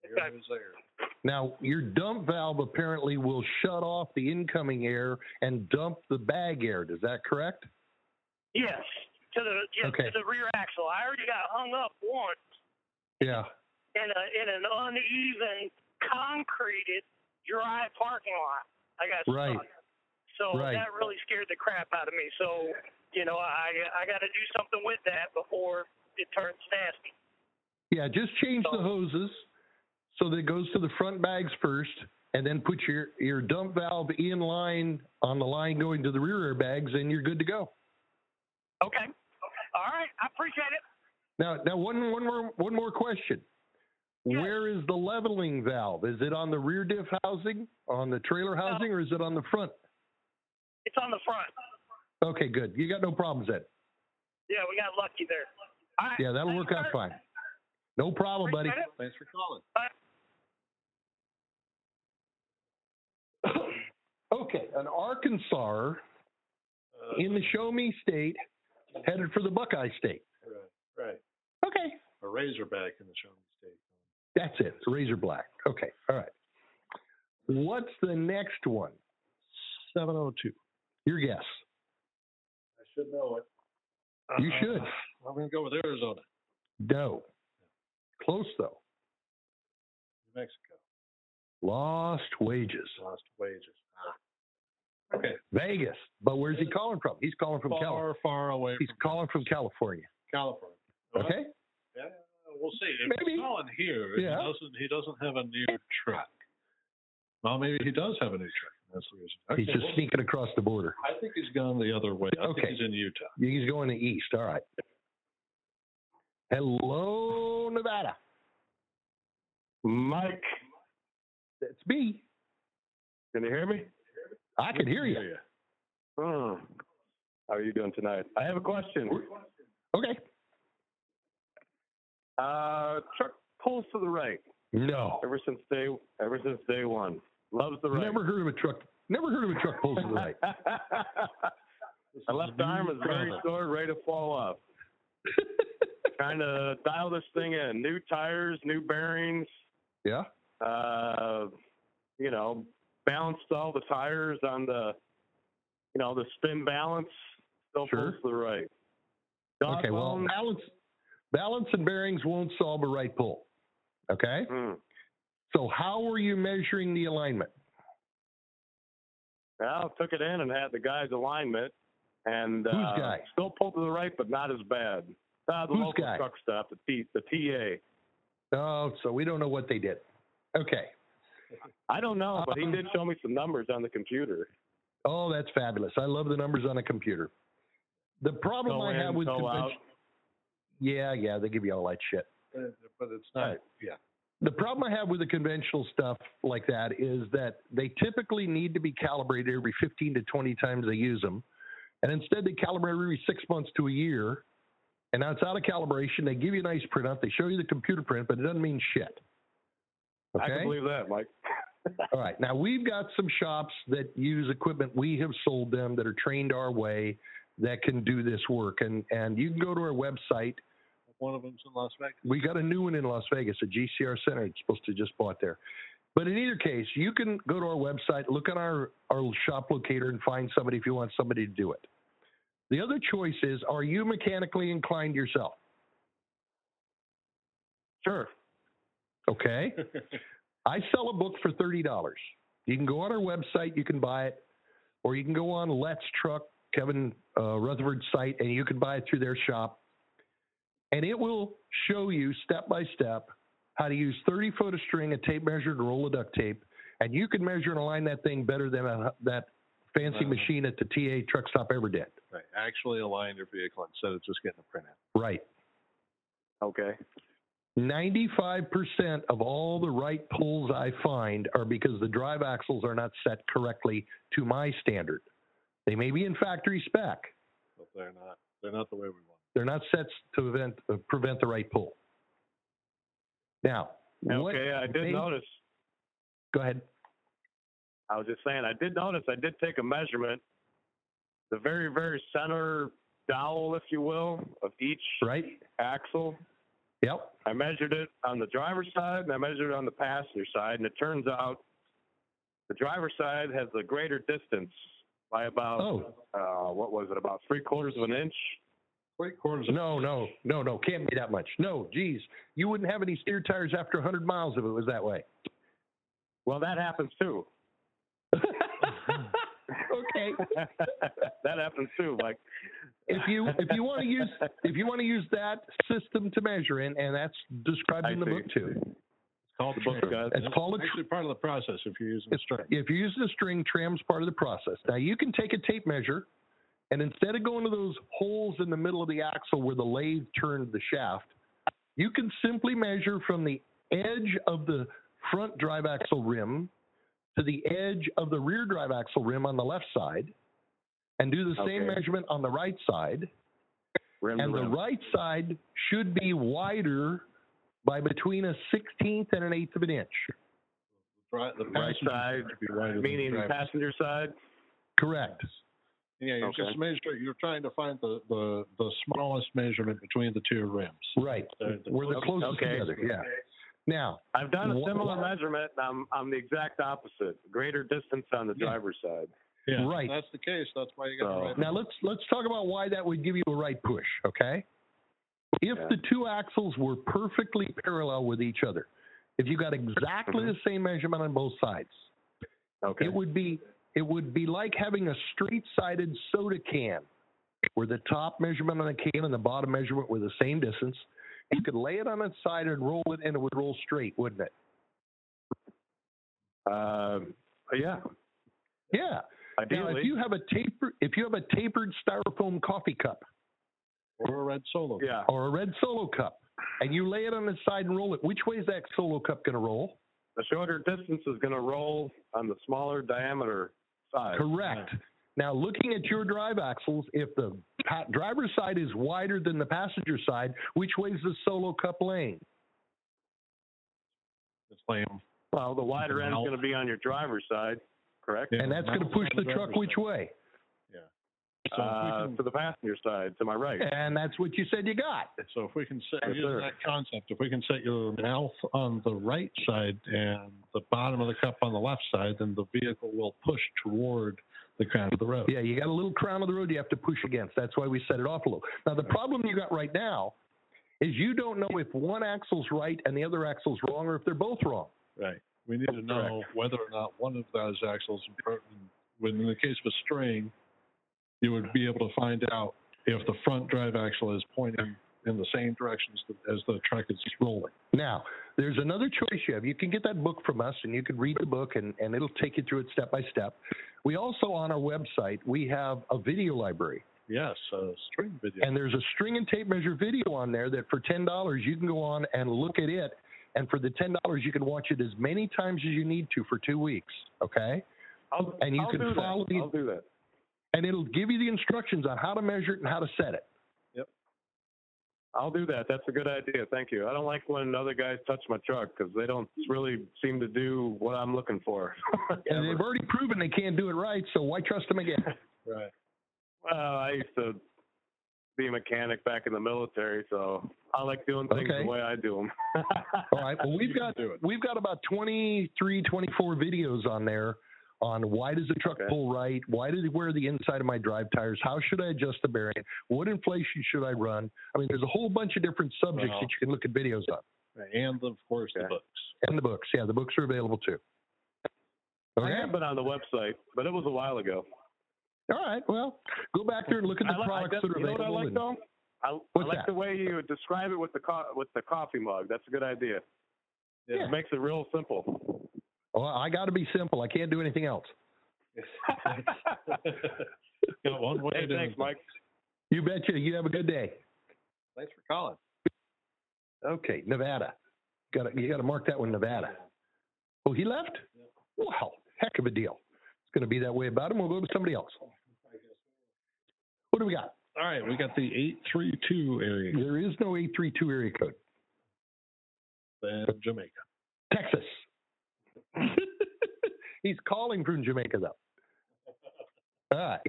S3: here it is there.
S2: Now, your dump valve apparently will shut off the incoming air and dump the bag air. Is that correct?
S9: Yes, to the yes,
S2: Okay.
S9: to the rear axle. I already got hung up once
S2: Yeah.
S9: in a in an uneven concreted dry parking lot. I got
S2: Right.
S9: stuck. So
S2: Right.
S9: that really scared the crap out of me. So, you know, I I got to do something with that before it turns nasty.
S2: Yeah, just change the hoses so that it goes to the front bags first, and then put your, your dump valve in line on the line going to the rear air bags, and you're good to go.
S9: Okay. All right. I appreciate it.
S2: Now, now one, one more one more question.
S9: Yes.
S2: Where is the leveling valve? Is it on the rear diff housing, on the trailer housing, or is it on the front?
S9: It's on the front.
S2: Okay, good. You got no problems then.
S9: Yeah, we got lucky there. All right.
S2: Yeah, that'll work
S9: Thanks,
S2: out fine. No problem, buddy.
S9: Appreciate
S3: Thanks for calling.
S2: Uh, Okay, an Arkansas
S3: Uh,
S2: in the Show Me State, headed for the Buckeye State.
S3: right, right.
S2: Okay,
S3: A Razorback in the Shawnee State.
S2: that's it. It's razor black. Okay, all right. What's the next one?
S3: 702.
S2: Your guess.
S3: I should know it.
S2: You should.
S3: I'm going to go with Arizona,
S2: No. Close though.
S3: New Mexico.
S2: Lost wages.
S3: Lost wages. Ah. Okay.
S2: Vegas. But where's he calling from? He's calling from
S3: far,
S2: California.
S3: far away
S2: He's
S3: from
S2: calling from California.
S3: California. Well,
S2: Okay?
S3: Yeah, we'll see. If
S2: Maybe.
S3: he's calling here, and
S2: Yeah.
S3: he doesn't. He doesn't have a new truck. Well, maybe he does have a new truck. and That's the reason. Okay,
S2: He's just
S3: well,
S2: sneaking across the border.
S3: I think he's gone the other way. I
S2: Okay.
S3: think he's in Utah.
S2: He's going to east. All right. Hello, Nevada.
S10: Mike,
S2: That's me.
S10: can you hear me?
S2: I can hear you.
S3: Yeah.
S10: Hmm. How are you doing tonight? I have a question.
S2: Okay.
S10: Uh, truck pulls to the right
S2: No.
S10: ever since day ever since day one. Loves the right.
S2: Never heard of a truck. Never heard of a truck pulls to the
S10: [laughs]
S2: right.
S10: My left arm is very sore, ready to
S2: [laughs]
S10: fall off. Trying to dial this thing in. New tires, new bearings.
S2: Yeah.
S10: Uh, you know, balanced all the tires on the, you know, the spin balance. Still
S2: Sure.
S10: pulls to the right. Dog
S2: Okay. Well,
S10: bone,
S2: balance, balance and bearings won't solve a right pull. Okay.
S10: hmm.
S2: So how are you measuring the alignment?
S10: Well, took it in and had the guy's alignment, and
S2: Who's
S10: uh,
S2: guy?
S10: still pulled to the right, but not as bad. Uh, the
S2: Who's
S10: local
S2: guy?
S10: truck stop, the T, the TA.
S2: Oh, so we don't know what they did. Okay.
S10: I don't know, but he
S2: Um,
S10: did show me some numbers on the computer.
S2: Oh, that's fabulous. I love the numbers on a computer. The problem
S3: Go
S2: I
S3: in,
S2: have with
S3: go
S2: convention- Yeah, yeah, they give you all that shit.
S3: Uh, But it's not, yeah.
S2: The problem I have with the conventional stuff like that is that they typically need to be calibrated every 15 to 20 times they use them. And instead, they calibrate every six months to a year. And now it's out of calibration. They give you a nice printout. They show you the computer print, but it doesn't mean shit. Okay?
S4: I can believe that, Mike.
S2: All right. Now we've got some shops that use equipment we have sold them that are trained our way that can do this work. And and you can go to our website.
S3: One of them's in Las Vegas.
S2: We got a new one in Las Vegas, a GCR Center. It's supposed to just bought there. But in either case, you can go to our website, look at our, our shop locator, and find somebody if you want somebody to do it. The other choice is are you mechanically inclined yourself?
S3: Sure.
S2: Okay. I sell a book for thirty dollars. You can go on our website, you can buy it, or you can go on Let's Truck Kevin uh, Rutherford's site, and you can buy it through their shop. And it will show you step by step how to use thirty foot of string, a tape measure, and a roll of duct tape, and you can measure and align that thing better than a, that fancy
S3: Wow.
S2: machine at the TA truck stop ever did.
S3: Right, actually align your vehicle instead of just getting a printout.
S2: Right.
S4: Okay.
S2: 95% of all the right pulls I find are because the drive axles are not set correctly to my standard. They may be in factory spec.
S3: But they're not, they're not the way we want.
S2: They're not set to prevent, uh, prevent the right pull. Now, what
S4: okay, I did
S2: may-
S4: notice.
S2: Go ahead.
S4: I was just saying, I did notice. I did take a measurement, the very, very center dowel, if you will, of each
S2: Right?
S4: axle.
S2: Yep.
S4: I measured it on the driver's side and I measured it on the passenger side, and it turns out the driver's side has a greater distance by about
S2: Oh.
S4: uh, what was it, about three quarters of an inch.
S3: Three quarters of
S2: No, no, no, no. Can't be that much. No, geez. You wouldn't have any steer tires after 100 miles if it was that way.
S4: Well, that happens too.
S2: [laughs] okay.
S4: that happens too. Like,
S2: if you if you want to use if you want to use that system to measure in, and that's described
S4: I
S2: in the
S4: see.
S2: book too.
S3: called the book,
S2: Sure.
S3: guys.
S2: It's called a tr-
S3: actually part of the process if you're using
S2: It's-
S3: string.
S2: If you're using a string, tram's part of the process. Now you can take a tape measure, and instead of going to those holes in the middle of the axle where the lathe turned the shaft, you can simply measure from the edge of the front drive axle rim to the edge of the rear drive axle rim on the left side, and do the same
S4: Okay.
S2: measurement on the right side.
S4: rim
S2: and
S4: to
S2: the
S4: rim.
S2: right side should be wider by between a sixteenth and an eighth of an inch.
S3: Right, the
S4: Right
S3: passenger
S4: side,
S3: should be wider than the
S4: meaning the
S3: driver.
S4: passenger side.
S2: Correct.
S3: Yeah, you're
S4: Okay.
S3: just measuring. You're trying to find the, the, the smallest measurement between the two rims.
S2: Right.
S3: The- the
S2: We're the
S3: close-
S2: closest
S4: okay.
S2: together. Yeah. Now,
S4: I've done a
S2: Wha-
S4: similar
S2: wha-
S4: measurement, and I'm I'm the exact opposite. Greater distance on the
S3: Yeah.
S4: driver's side.
S3: Yeah,
S2: Right.
S3: That's the case. That's why you got
S4: So-
S3: the right.
S2: now let's let's talk about why that would give you a right push. Okay. If
S4: Yeah.
S2: the two axles were perfectly parallel with each other, if you got exactly the same measurement on both sides,
S4: Okay.
S2: It would be it would be like having a straight-sided soda can where the top measurement on the can and the bottom measurement were the same distance. You could lay it on its side and roll it and it would roll straight, wouldn't it?
S4: Um, yeah.
S2: Yeah. Now,
S4: Ideally.
S2: if you have a taper if you have a tapered styrofoam coffee cup
S3: Or a red solo.
S4: yeah.
S2: or a red solo cup and you lay it on its side and roll it, which way is that solo cup going to roll?
S4: The shorter distance is going to roll on the smaller diameter side.
S2: Correct. Now, looking at your drive axles, if the pa- driver's side is wider than the passenger side, which way is the solo cup laying?
S3: It's lame.
S4: Well, the wider end is
S3: Now-
S4: going to be on your driver's side, correct?
S3: Yeah,
S2: and that's going to
S3: mounts
S2: push
S3: on
S2: the
S3: the
S2: truck
S3: driver's
S2: which
S3: side.
S2: way?
S3: So,
S4: Uh,
S3: if we
S4: to
S3: can,
S4: the passenger side, to my right.
S2: And that's what you said you got.
S3: so if we can set
S4: Yes,
S3: using
S4: sir.
S3: that concept, if we can set your mouth on the right side and the bottom of the cup on the left side, then the vehicle will push toward the crown of the road.
S2: Yeah, you got a little crown of the road you have to push against. That's why we set it off a little. Now, the problem you got right now is you don't know if one axle's right and the other axle's wrong or if they're both wrong.
S3: Right. We need to know whether or not one of those axles, when in the case of a string, you would be able to find out if the front drive axle is pointing in the same direction as the, as the truck is rolling.
S2: Now, there's another choice you have. You can get that book from us and you can read the book and, and it'll take you through it step by step. We also, on our website, we have a video library.
S3: Yes, a string video.
S2: And there's a string and tape measure video on there that for $10 you can go on and look at it. And for the $10, you can watch it as many times as you need to for two weeks. Okay?
S3: I'll,
S2: And you
S3: I'll
S2: can
S3: do
S2: follow
S3: that.
S2: the-
S3: I'll do that.
S2: And it'll give you the instructions on how to measure it and how to set
S3: [laughs]
S2: it.
S5: I'll do that. That's a good idea. Thank you. I don't like when other guys touch my truck because they don't really seem to do what I'm looking for.
S2: And they've already proven they can't do it right, so why trust them again?
S3: [laughs] Right.
S5: Well, I used to be a mechanic back in the military, so I like doing things
S2: Okay.
S5: the way I do them.
S2: All right. Well, we've got
S3: do it.
S2: we've got about 23, 24 videos on there on why does the truck
S5: Okay.
S2: pull right? Why does it wear the inside of my drive tires? How should I adjust the bearing? What inflation should I run? I mean, there's a whole bunch of different subjects
S3: Wow.
S2: that you can look at videos on.
S3: And of course, the
S5: Okay.
S3: books.
S2: And the books. Yeah, the books are available too.
S5: I
S2: Okay.
S5: have been on the website, but it was a while ago.
S2: All right. Well, go back there and look at the
S5: I like- I
S2: products
S5: just-
S2: that are
S5: you know what I
S2: available.
S5: like
S2: and-
S5: though? I, I
S2: What's
S5: like
S2: that?
S5: the way you describe it with the co- with the coffee mug. That's a good idea.
S2: Yeah.
S5: It makes it real
S2: [laughs]
S5: simple.
S2: oh, I got to be simple. I can't do anything else.
S3: Got one way
S5: hey,
S3: to-
S5: thanks, Mike.
S2: You betcha. You have a good day.
S3: Thanks for calling.
S2: Okay, Nevada. Got to you got to mark that one, Nevada. Oh, he left. Wow, heck of a deal. It's going to be that way about him. We'll go to somebody else. What do we got?
S3: All right, we got the 832 area
S2: There is no eight three two area code.
S3: in Jamaica.
S2: Texas. He's calling from Jamaica though. All right.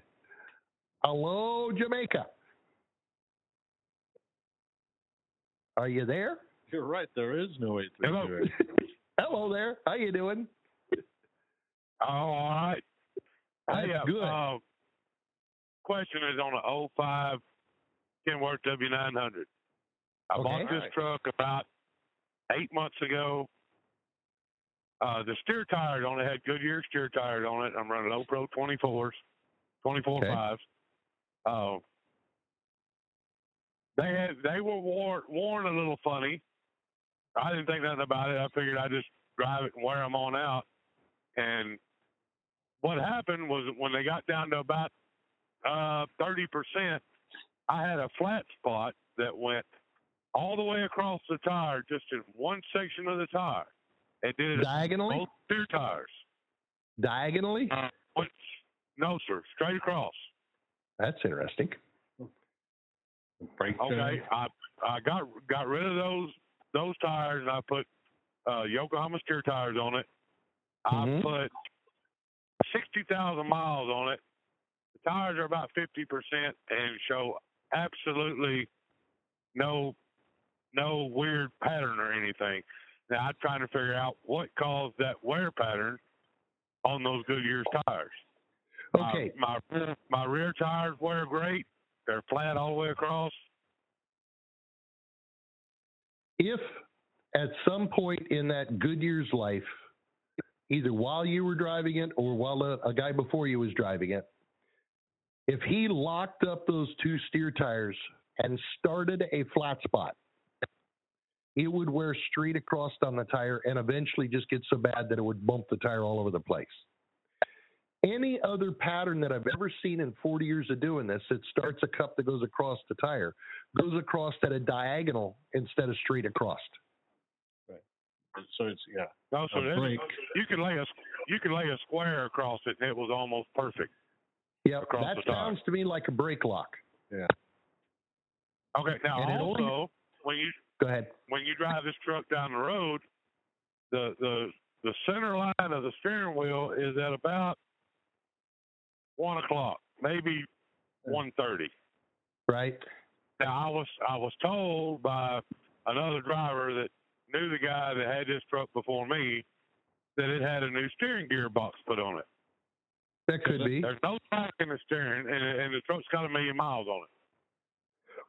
S2: Hello, Jamaica. Are you there?
S3: You're right, there is no 832
S5: Hello.
S3: area.
S2: [laughs] Hello there. How you doing?
S5: Oh, [laughs] all right.
S2: That's
S5: Hey, uh,
S2: good.
S5: Uh, question is on a 05 Kenworth W900. I bought
S2: Okay.
S5: this truck about eight months ago. Uh, the steer tires on it had Goodyear steer tires on it. I'm running Pro 24s, 24
S2: Okay.
S5: fives. Uh, they had they were worn worn a little funny. I didn't think nothing about it. I figured I'd just drive it and wear them on out. And what happened was when they got down to about uh, thirty percent, I had a flat spot that went all the way across the tire, just in one section of the tire. It did it
S2: Diagonally?
S5: both rear tires.
S2: Diagonally?
S5: Which, no, sir, straight across.
S2: That's interesting.
S3: Break
S5: Okay, I I got got rid of those those tires and I put uh, Yokohama steer tires on it.
S2: Mhm.
S5: I put sixty thousand miles on it. The tires are about fifty percent and show absolutely no no weird pattern or anything. Now I'm trying to figure out what caused that wear pattern on those Goodyear's tires. My-
S2: Okay.
S5: My, my rear tires wear great. They're flat all the way across.
S2: if at some point in that Goodyear's life, either while you were driving it or while a, a guy before you was driving it, if he locked up those two steer tires and started a flat spot, it would wear straight across on the tire and eventually just get so bad that it would bump the tire all over the place. Any other pattern that I've ever seen in 40 years of doing this, it starts a cup that goes across the tire goes across at a diagonal instead of straight across.
S3: So it's, yeah,
S5: No, so
S3: a
S5: that-
S3: break.
S5: you could lay a you could lay a square across it, and it was almost perfect.
S2: Yeah,
S5: Across
S2: that
S5: the tire.
S2: sounds to me like a brake lock.
S5: Okay, now
S2: And it only-
S5: also when you
S2: Go ahead.
S5: when you drive this truck down the road, the the the center line of the steering wheel is at about one o'clock, maybe one thirty.
S2: Right.
S5: Now I was I was told by another driver that knew the guy that had this truck before me that it had a new steering gearbox put on it.
S2: That could be.
S5: There's no slack in the steering, and, and the truck's got a million miles on it.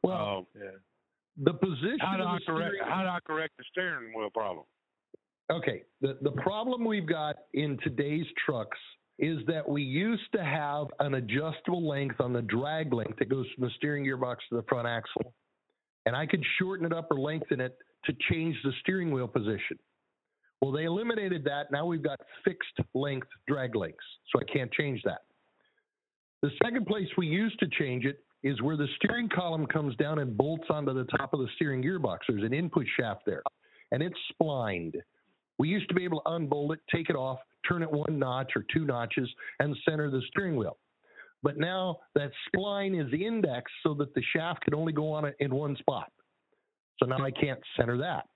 S2: Well,
S5: Um,
S2: the position.
S5: how do
S2: of
S5: I
S2: the
S5: correct
S2: steering-
S5: how do I correct the steering wheel problem?
S2: Okay. The, the problem we've got in today's trucks is that we used to have an adjustable length on the drag link that goes from the steering gearbox to the front axle. and I could shorten it up or lengthen it to change the steering wheel position. Well, they eliminated that. Now we've got fixed length drag links, so I can't change that. The second place we used to change it is where the steering column comes down and bolts onto the top of the steering gearbox. There's an input shaft there, and it's splined. We used to be able to unbolt it, take it off, turn it one notch or two notches, and center the steering wheel. But now that spline is indexed so that the shaft can only go on it in one spot. So now I can't center that.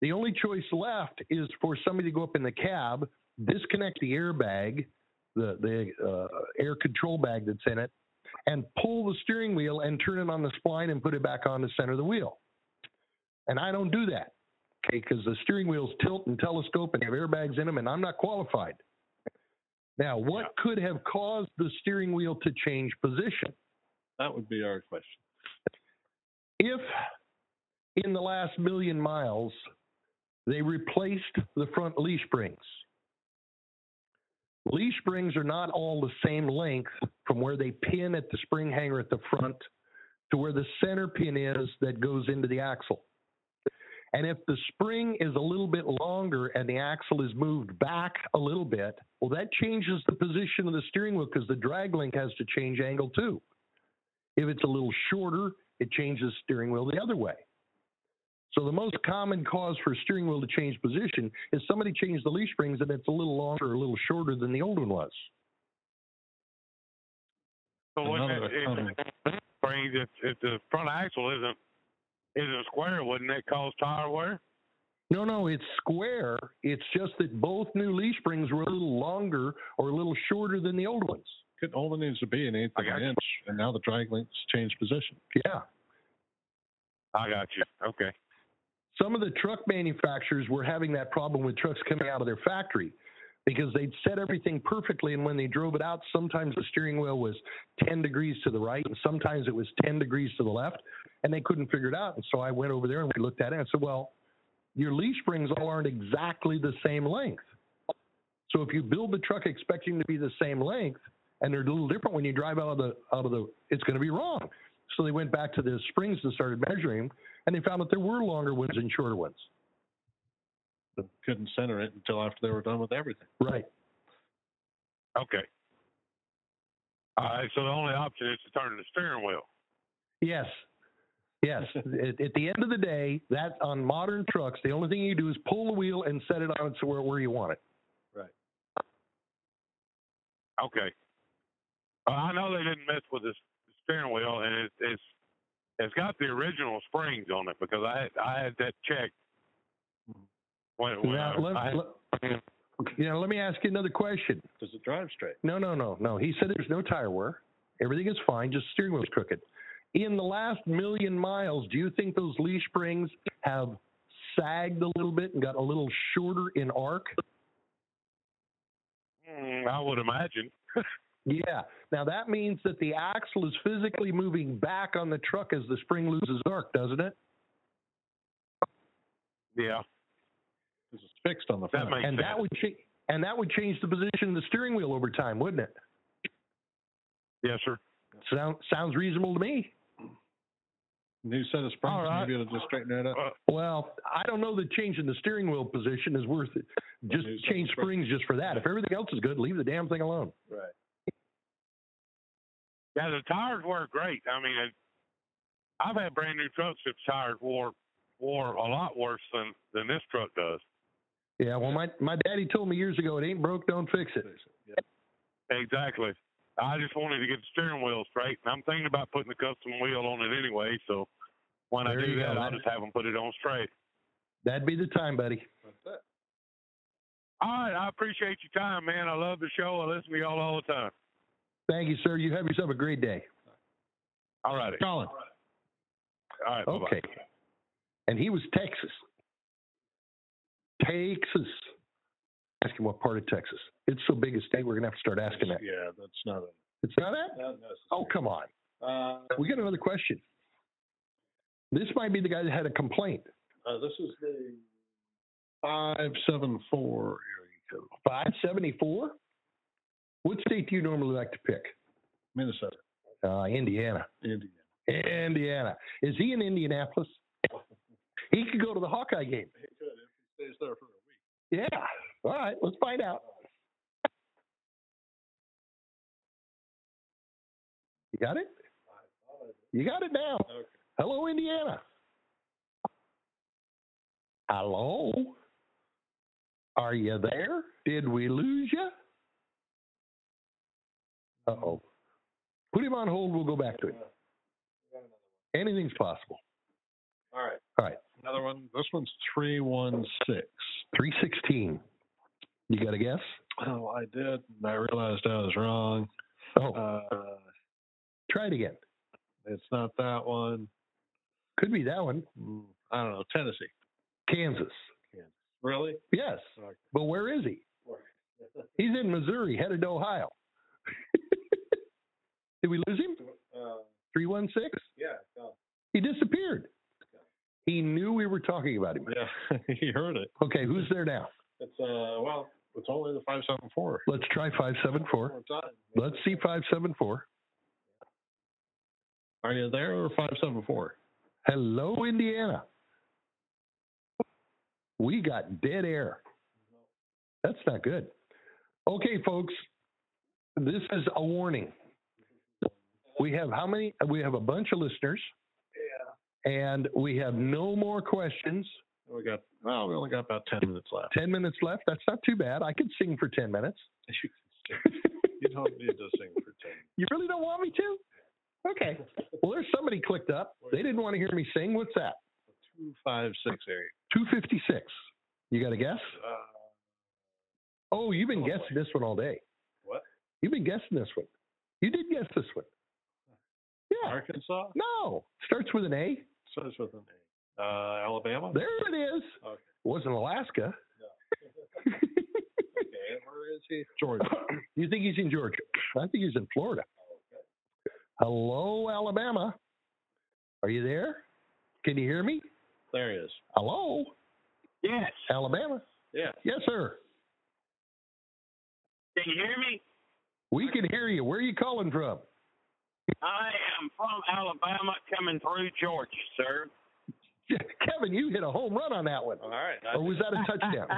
S2: The only choice left is for somebody to go up in the cab, disconnect the airbag, the, the uh, air control bag that's in it, and pull the steering wheel and turn it on the spline and put it back on the center of the wheel. And I don't do that, okay, because the steering wheels tilt and telescope and have airbags in them, and I'm not qualified. Now, what could have caused the steering wheel to change position?
S3: That would be our question.
S2: if in the last million miles they replaced the front leaf springs. Leaf springs are not all the same length from where they pin at the spring hanger at the front to where the center pin is that goes into the axle. And if the spring is a little bit longer and the axle is moved back a little bit, well, that changes the position of the steering wheel because the drag link has to change angle too. If it's a little shorter, it changes steering wheel the other way. So the most common cause for steering wheel to change position is somebody changed the leaf springs and it's a little longer or a little shorter than the old one was.
S5: So wouldn't
S3: Another
S5: it, if,
S3: comment.
S5: springs, if, if the front axle isn't isn't square, wouldn't that cause tire wear?
S2: No, no, it's square. It's just that both new leaf springs were a little longer or a little shorter than the old ones.
S3: It only needs to be an eighth of
S5: I got
S3: an inch, and now the drag links changed position.
S2: Yeah.
S5: I got you. Okay.
S2: some of the truck manufacturers were having that problem with trucks coming out of their factory because they'd set everything perfectly and when they drove it out sometimes the steering wheel was 10 degrees to the right and sometimes it was 10 degrees to the left and they couldn't figure it out and so i went over there and we looked at it and i said well your leaf springs all aren't exactly the same length so if you build the truck expecting to be the same length and they're a little different when you drive out of the out of the it's going to be wrong so they went back to the springs and started measuring and they found that there were longer ones and shorter ones.
S3: They couldn't center it until after they were done with everything.
S2: Right.
S5: Okay. All right. So the only option is to turn the steering wheel.
S2: Yes.
S3: [laughs]
S2: Yes. at, at the end of the day, that on modern trucks, the only thing you do is pull the wheel and set it on it to where, where you want it.
S5: Okay. Uh, I know they didn't mess with this steering wheel, and it, it's it's got the original springs on it because I had, I had that checked. When, when
S2: Now,
S5: I-
S2: let,
S5: I-
S2: let- you know, let me ask you another question.
S3: Does it drive straight?
S2: No, no, no, no. He said there's no tire wear. Everything is fine, just steering wheel's crooked. In the last million miles, do you think those leaf springs have sagged a little bit and got a little shorter in arc?
S5: Mm, I would imagine.
S2: Yeah. Now that means that the axle is physically moving back on the truck as the spring loses arc, doesn't it?
S5: Yeah,
S3: Because it's fixed on the
S5: that
S3: front.
S5: makes
S2: And
S5: sense.
S2: that would cha- and that would change the position of the steering wheel over time, wouldn't it?
S5: yes, sir.
S2: Sound, sounds reasonable to me.
S3: New set of springs,
S5: All right.
S3: maybe it'll just straighten it up.
S5: Uh,
S2: Well, I don't know that changing the steering wheel position is worth it. Just
S3: Use
S2: change
S3: that spring.
S2: springs just for that. If everything else is good, leave the damn thing alone.
S3: Right.
S5: Yeah, the tires were great. I mean, it, I've had brand new trucks that tires wore wore a lot worse than than this truck does.
S2: Yeah. Well, my my daddy told me years ago, it ain't broke, don't fix it.
S5: Exactly. I just wanted to get the steering wheel straight, and I'm thinking about putting the custom wheel on it anyway. So when
S2: There
S5: I do
S2: you go.
S5: that, I'll
S2: That-
S5: just have them put it on straight.
S2: That'd be the time, buddy.
S5: All right, I appreciate your time, man. I love the show. I listen to y'all all the time.
S2: Thank you, sir. You have yourself a great day.
S5: All righty.
S3: Colin,
S5: All right. bye-bye.
S2: Okay. And he was Texas. Texas. Ask him what part of Texas. It's so big a state, we're going to have to start asking that.
S3: yeah, that's not a.
S2: It's not that?
S3: Not
S2: Oh, come on.
S3: Uh,
S2: We got another question. This might be the guy that had a complaint.
S3: uh, this is the five seven four area code,
S2: 574? What state do you normally like to pick?
S3: Minnesota,
S2: Uh, Indiana.
S3: Indiana.
S2: Indiana. Is he in Indianapolis? He could go to the Hawkeye game.
S3: He could if he stays there for a week.
S2: Yeah. All right. Let's find out. You got it? You got it now.
S3: Okay.
S2: Hello, Indiana. Hello. Are you there? Did we lose you? Uh oh. Put him on hold. We'll go back to him. Anything's possible.
S3: All right.
S2: All right.
S3: Another one. This one's 316.
S2: 316. You got a guess?
S3: Oh, I did. And I realized I was wrong.
S2: Oh,
S3: Uh,
S2: try it again.
S3: it's not that one.
S2: Could be that one.
S3: Mm, I don't know. Tennessee.
S2: Kansas.
S3: Really?
S2: Yes.
S3: Okay.
S2: But where is he? He's in Missouri, headed to Ohio. [laughs] Did we lose him?
S3: Uh,
S2: 316?
S3: yeah. uh, no.
S2: He disappeared. He knew we were talking about him.
S3: Yeah. [laughs] he heard it.
S2: Okay, who's there now?
S3: It's uh. Well, it's only the 574.
S2: Let's try 574.
S3: One more time.
S2: Let's see 574.
S3: Are you there or 574?
S2: Hello, Indiana. We got dead air. That's not good. Okay, folks, this is a warning. We have how many? We have a bunch of listeners. Yeah. And we have no more questions.
S3: We got. Well, we only got about 10 minutes left.
S2: 10 minutes left. That's not too bad. I could sing for 10 minutes.
S3: you don't need to sing for 10.
S2: You really don't want me to? Okay. Well, there's somebody clicked up. They didn't want to hear me sing. What's that?
S3: 256 area.
S2: 256. You got a guess?
S3: Uh,
S2: Oh, you've been
S3: Oh,
S2: guessing
S3: boy.
S2: this one all day.
S3: What?
S2: You've been guessing this one. You did guess this one. Yeah.
S3: Arkansas?
S2: No. Starts with an A.
S3: Starts with an A. Uh, Alabama?
S2: There it is.
S3: Okay.
S2: Wasn't Alaska. [laughs]
S3: okay, where is he? Georgia.
S2: You think he's in Georgia? I think he's in Florida. Hello, Alabama. Are you there? Can you hear me?
S3: [coughs] There he is.
S2: Hello,
S11: Yes.
S2: Alabama.
S3: Yeah.
S2: Yes, sir.
S11: Can you hear me?
S2: We can hear you. Where are you calling from?
S11: I am from Alabama, coming through Georgia, sir.
S2: [laughs] Kevin, you hit a home run on that one.
S3: All right.
S2: Or was that a touchdown?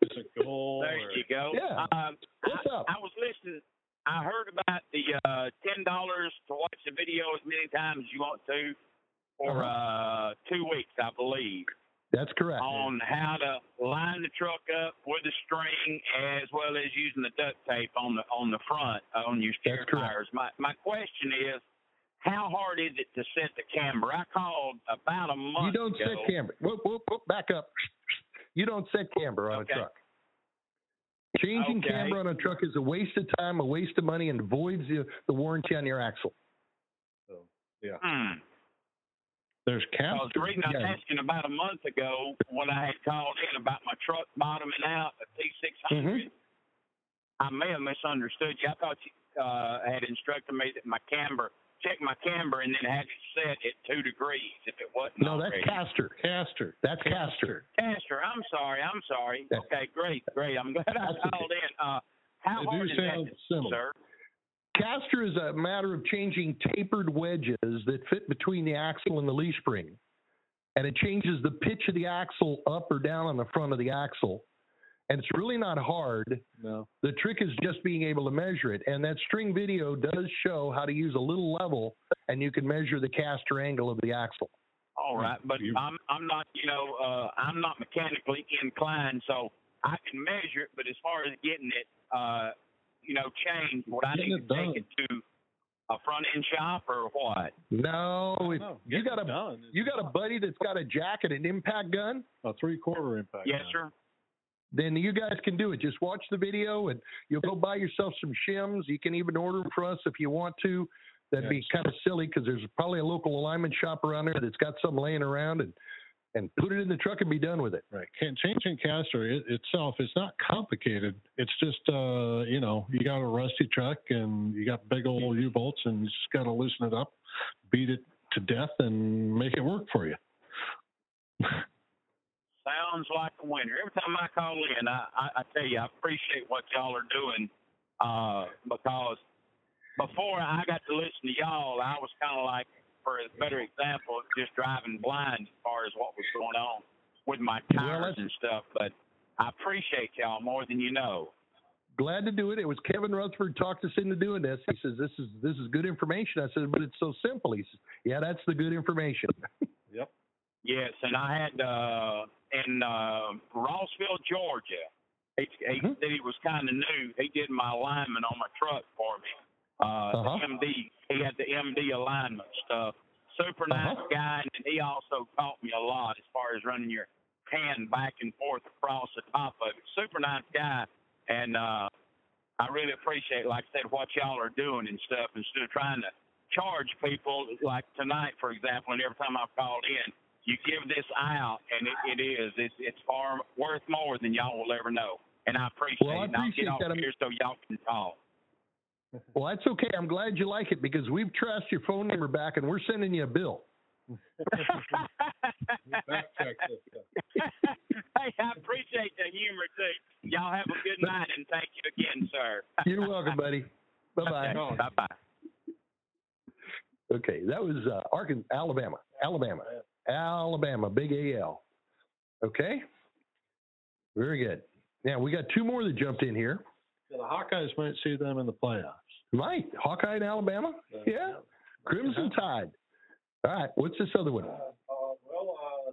S3: That's a goal.
S11: [laughs] there
S3: or-
S11: you go.
S2: Yeah.
S11: Um,
S2: What's
S11: I,
S2: up?
S11: I was listening. I heard about the uh, ten dollars to watch the video as many times as you want to
S2: Uh-huh.
S11: for uh, two weeks, I believe,
S2: That's correct.
S11: on how to line the truck up with the string as well as using the duct tape on the on the front uh, on your steer
S2: That's correct.
S11: tires. My my question is, how hard is it to set the camber? I called about a month.
S2: You don't
S11: ago.
S2: set camber. Whoop, whoop, whoop, back up. You don't set camber on
S11: Okay.
S2: a truck. Changing
S11: Okay.
S2: camber on a truck is a waste of time, a waste of money, and voids the, the warranty on your axle.
S11: Hmm.
S3: There's
S11: I
S3: cap.
S11: was reading, I was
S2: Yeah.
S11: asking about a month ago when I had called in about my truck bottoming out, a T600.
S2: Mm-hmm.
S11: I may have misunderstood you. I thought you uh, had instructed me that my camber, check my camber, and then had it set at two degrees if it wasn't.
S2: No, that's
S11: already.
S2: caster.
S3: Caster.
S2: That's caster.
S11: Caster, I'm sorry. I'm sorry.
S2: Yeah.
S11: Okay, great, great. I'm glad I
S2: That's okay.
S11: called in. Uh, how
S3: They do
S11: hard is that,
S3: sound
S11: to-
S3: similar.
S11: sir?
S2: Caster is a matter of changing tapered wedges that fit between the axle and the leaf spring. And it changes the pitch of the axle up or down on the front of the axle. And it's really not hard.
S3: No.
S2: The trick is just being able to measure it. And that string video does show how to use a little level, and you can measure the caster angle of the axle.
S11: All right, but
S3: You-
S11: I'm I'm not you know uh, I'm not mechanically inclined, so I can measure it. But as far as getting it, uh, you know, changed, would I
S3: Getting
S11: need
S3: it
S11: to take it to a front end shop or what?
S2: No,
S3: I
S2: if
S3: know.
S2: you
S3: Oh, Getting
S2: got
S3: it
S2: a
S3: done.
S2: you got a buddy that's got a jack and an impact gun,
S3: a three quarter impact.
S11: Yes,
S3: now.
S11: sir.
S2: then you guys can do it. Just watch the video, and you'll go buy yourself some shims. You can even order them for us if you want to. That'd be
S3: Yes.
S2: kind of silly because there's probably a local alignment shop around there that's got some laying around, and and put it in the truck and be done with it.
S3: Right. Can changing caster it, itself is not complicated. It's just uh, you know, you got a rusty truck and you got big old U bolts and you just gotta loosen it up, beat it to death and make it work for you.
S11: Sounds like a winner. Every time I call in, I, I, I tell you, I appreciate what y'all are doing uh, because before I got to listen to y'all, I was kind of like, for a better example of just driving blind as far as what was going on with my
S2: Well,
S11: tires
S2: that's-
S11: and stuff. But I appreciate y'all more than you know.
S2: Glad to do it. It was Kevin Rutherford talked us into doing this. He says this is this is good information. I said, but it's so simple. He says, yeah, that's the good
S3: [laughs]
S2: information.
S11: Yes, and I had uh, in uh, Rossville, Georgia. He, he,
S2: Mhm.
S11: he was kind of new. He did my alignment on my truck for me. Uh,
S2: Uh-huh.
S11: the MD. He had the MD alignment stuff. Super nice
S2: Uh-huh.
S11: guy, and he also taught me a lot as far as running your hand back and forth across the top of it. Super nice guy, and uh, I really appreciate, like I said, what y'all are doing and stuff instead of trying to charge people. Like tonight, for example, and every time I've called in, you give this out, and it, it is it's it's far worth more than y'all will ever know. And I appreciate
S2: Well, I
S11: it. And I'll
S2: appreciate
S11: get off
S2: that. I'm-
S11: here so y'all can talk.
S2: Well, that's okay. I'm glad you like it because we've traced your phone number back and we're sending you a
S3: [laughs]
S2: bill.
S3: Fact check this stuff.
S11: [laughs] hey, I appreciate the humor too. Y'all have a good night, and thank you again, sir.
S2: You're welcome, buddy. Bye bye.
S11: Bye bye.
S2: Okay, that was uh, Arkansas, Alabama, Alabama, Alabama, Big AL. Okay, very good. Now we got two more that jumped in here.
S3: Yeah, the Hawkeyes might see them in the playoffs.
S2: Right, Hawkeye in Alabama. Yeah, Crimson Tide. All right, what's this other one?
S3: well, uh,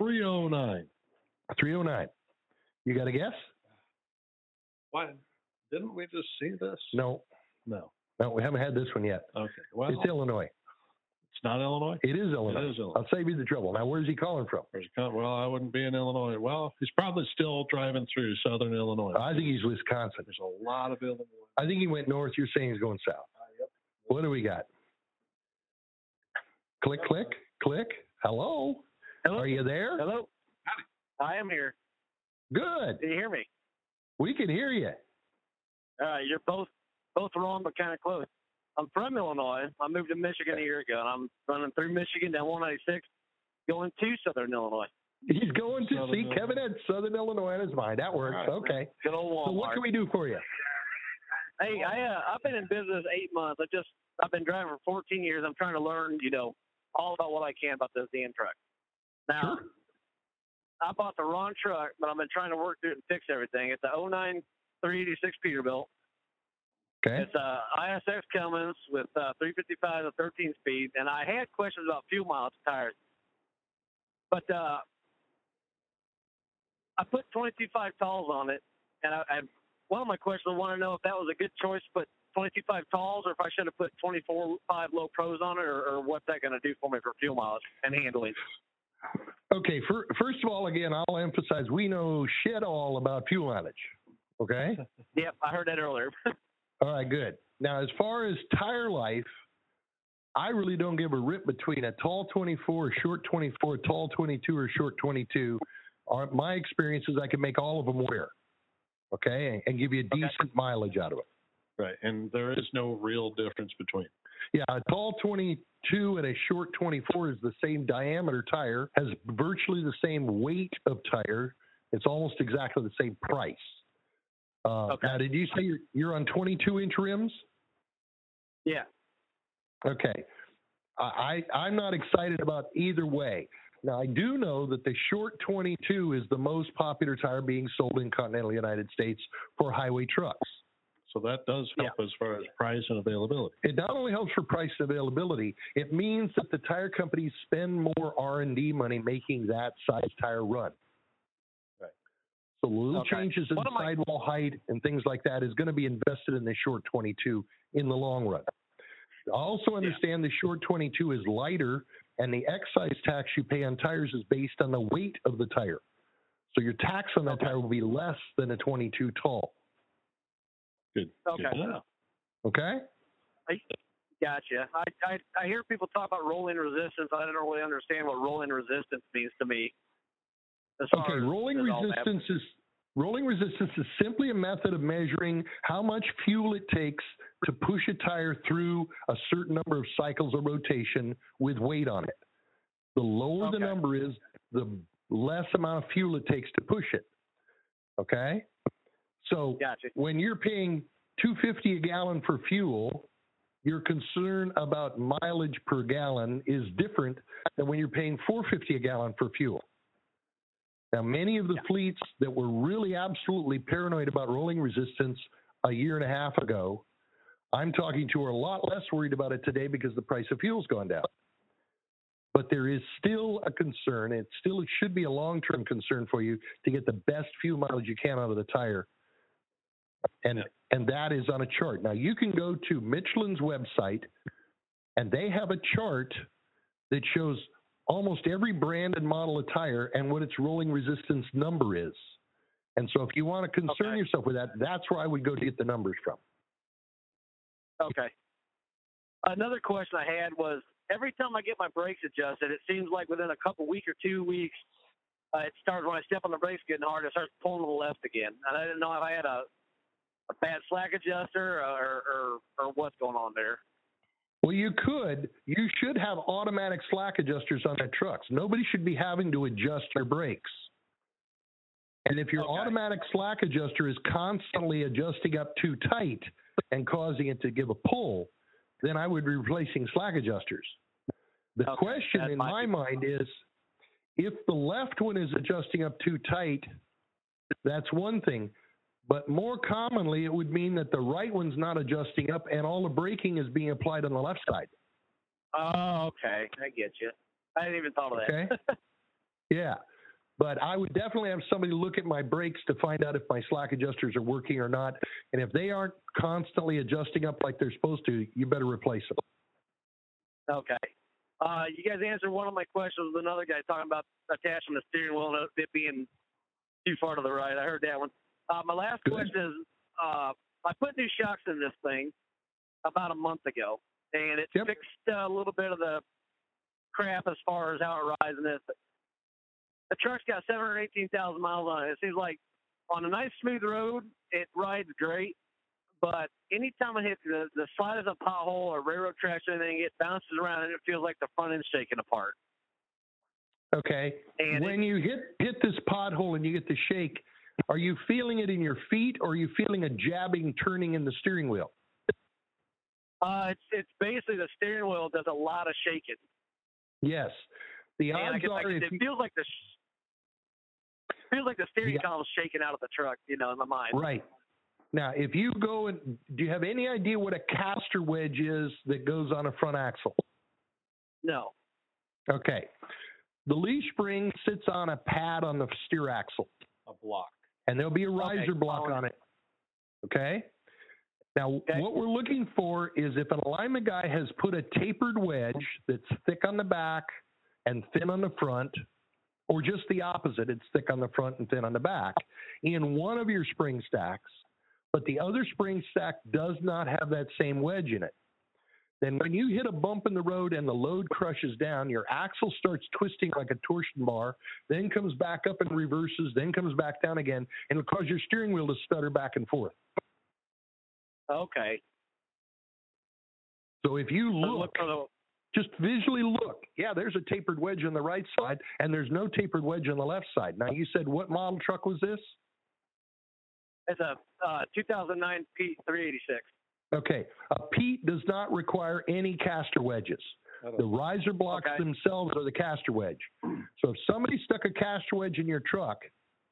S3: 309.
S2: Three oh nine. You got a guess?
S3: Why didn't we just see this?
S2: No,
S3: No.
S2: no, we haven't had this one yet.
S3: Okay. Well,
S2: It's Illinois.
S3: it's not Illinois.
S2: It is Illinois.
S3: is Illinois.
S2: I'll save you the trouble. Now, where's he calling from?
S3: There's a con- Uh, Well, I wouldn't be in Illinois. Well, he's probably still driving through southern Illinois.
S2: I think he's Wisconsin.
S3: There's a lot of Uh, Illinois.
S2: I think he went north. You're saying he's going south. What do we got? Click, click, click. Hello.
S6: Hello?
S2: Are you there?
S6: Hello. I am here.
S2: Good.
S6: Can you hear me?
S2: We can hear you.
S6: Uh, you're both both wrong, but kind of close. I'm from Illinois. I moved to Michigan a year ago, and I'm running through Michigan down 196, going to Southern Illinois.
S2: He's going to
S3: Southern
S2: see
S3: Illinois.
S2: Kevin at Southern Illinois in his mind. That works.
S3: All right.
S2: Okay.
S6: Good old Walmart.
S2: So what can we do for you?
S6: Hey, I uh, I've been in business eight months. I just I've been driving for 14 years. I'm trying to learn, you know, all about what I can about this damn truck. Now,
S2: Sure.
S6: I bought the wrong truck, but I've been trying to work through it and fix everything. It's a 09 386 Peterbilt.
S2: Okay.
S6: It's uh, a ISX Cummins with uh, 355 to 13 speed, and I had questions about fuel mileage tires, but uh, I put 22.5 talls on it, and I, I one of my questions I want to know if that was a good choice to put 22.5 talls, or if I should have put 24.5 low pros on it, or, or what's that going to do for me for fuel mileage and handling?
S2: Okay. fir- first of all, again, I'll emphasize we know shit all about fuel mileage. Okay.
S6: [laughs] Yep, I heard that earlier. [laughs]
S2: All right, good. Now, as far as tire life, I really don't give a rip between a tall 24, a short 24, a tall 22, or a short 22. Our, my experience is I can make all of them wear, okay, and, and give you decent mileage out of it.
S3: Right. And there is no real difference between.
S2: Yeah, a tall 22 and a short 24 is the same diameter tire, has virtually the same weight of tire. It's almost exactly the same price. Uh,
S6: Okay.
S2: Now, did you say you're, you're on 22 inch rims?
S6: Yeah.
S2: Okay. I, I, I'm not excited about either way. Now, I do know that the short 22 is the most popular tire being sold in continental United States for highway trucks.
S3: So that does help as far as price and availability.
S2: It not only helps for price and availability, it means that the tire companies spend more R&D money making that size tire run.
S3: Right.
S2: So little
S6: Okay.
S2: changes in
S6: What am I-
S2: sidewall height and things like that is going to be invested in the short 22 in the long run. I also understand the short 22 is lighter and the excise tax you pay on tires is based on the weight of the tire. So your tax on that tire will be less than a 22 tall.
S3: Good.
S6: Okay.
S3: Good to know.
S2: Okay?
S6: Gotcha. I, I I hear people talk about rolling resistance. I don't really understand what rolling resistance means to me. As far
S2: Okay,
S6: as-
S2: rolling
S6: as all that.
S2: resistance is rolling resistance is simply a method of measuring how much fuel it takes to push a tire through a certain number of cycles of rotation with weight on it. The lower the
S6: Okay.
S2: number is, the less amount of fuel it takes to push it. Okay? So
S6: Gotcha.
S2: when you're paying 250 a gallon for fuel, your concern about mileage per gallon is different than when you're paying 450 a gallon for fuel. Now, many of the fleets that were really absolutely paranoid about rolling resistance a year and a half ago, I'm talking to are a lot less worried about it today because the price of fuel's gone down. But there is still a concern, and it still should be a long-term concern for you to get the best fuel mileage you can out of the tire and and that is on a chart. Now you can go to Michelin's website, and they have a chart that shows almost every brand and model of tire and what its rolling resistance number is. And so, if you want to concern
S6: Okay.
S2: yourself with that, that's where I would go to get the numbers from.
S6: Okay. Another question I had was every time I get my brakes adjusted, it seems like within a couple week or two weeks, uh, it starts when I step on the brakes getting hard, it starts pulling to the left again. And I didn't know if I had a a bad slack adjuster uh, or or, or what's going on there.
S2: Well, you could, you should have automatic slack adjusters on their trucks. Nobody should be having to adjust your brakes. And if your automatic slack adjuster is constantly adjusting up too tight and causing it to give a pull, then I would be replacing slack adjusters. The
S6: Okay,
S2: question
S6: that
S2: in my
S6: might be-
S2: mind is if the left one is adjusting up too tight, that's one thing. But more commonly, it would mean that the right one's not adjusting up and all the braking is being applied on the left side.
S6: Oh, okay. I get you. I didn't even thought of that. [laughs]
S2: Okay. yeah. But I would definitely have somebody look at my brakes to find out if my slack adjusters are working or not. And if they aren't constantly adjusting up like they're supposed to, you better replace them.
S6: Okay. Uh, you guys answered one of my questions with another guy talking about attaching the steering wheel and it being too far to the right. I heard that one. Uh, my last
S2: Good.
S6: question is uh, I put new shocks in this thing about a month ago, and it
S2: Yep.
S6: fixed uh, a little bit of the crap as far as how it rides and this. The truck's got 718,000 miles on it. It seems like on a nice, smooth road, it rides great but anytime it hits the, the slide of a pothole or railroad tracks or anything, it bounces around and it feels like the front end's shaking apart.
S2: Okay.
S6: And
S2: when you hit hit this pothole and you get the shake, are you feeling it in your feet or are you feeling a jabbing turning in the steering wheel?
S6: Uh, it's it's basically the steering wheel does a lot of shaking.
S2: Yes. The
S6: And I
S2: odds
S6: guess, like,
S2: are if
S6: it
S2: you-
S6: feels like the sh- feels like the steering
S2: Yeah.
S6: column's shaking out of the truck. You know, in my mind.
S2: Right. Now, if you go and do you have any idea what a caster wedge is that goes on a front axle?
S6: No.
S2: Okay. The leash spring sits on a pad on the steer axle. A block. And there'll be a riser block on it. Okay? Now,
S6: Okay.
S2: what we're looking for is if an alignment guy has put a tapered wedge that's thick on the back and thin on the front, or just the opposite, it's thick on the front and thin on the back, in one of your spring stacks, but the other spring stack does not have that same wedge in it then when you hit a bump in the road and the load crushes down, your axle starts twisting like a torsion bar, then comes back up and reverses, then comes back down again, and it'll cause your steering wheel to stutter back and forth.
S6: Okay.
S2: So if you
S6: So
S2: look,
S6: for the,
S2: just visually look, yeah, there's a tapered wedge on the right side, and there's no tapered wedge on the left side. Now you said what model truck was this?
S6: it's a uh, 2009 P386.
S2: Okay, a peat does not require any caster wedges. The riser blocks
S6: Okay.
S2: themselves are the caster wedge. So if somebody stuck a caster wedge in your truck,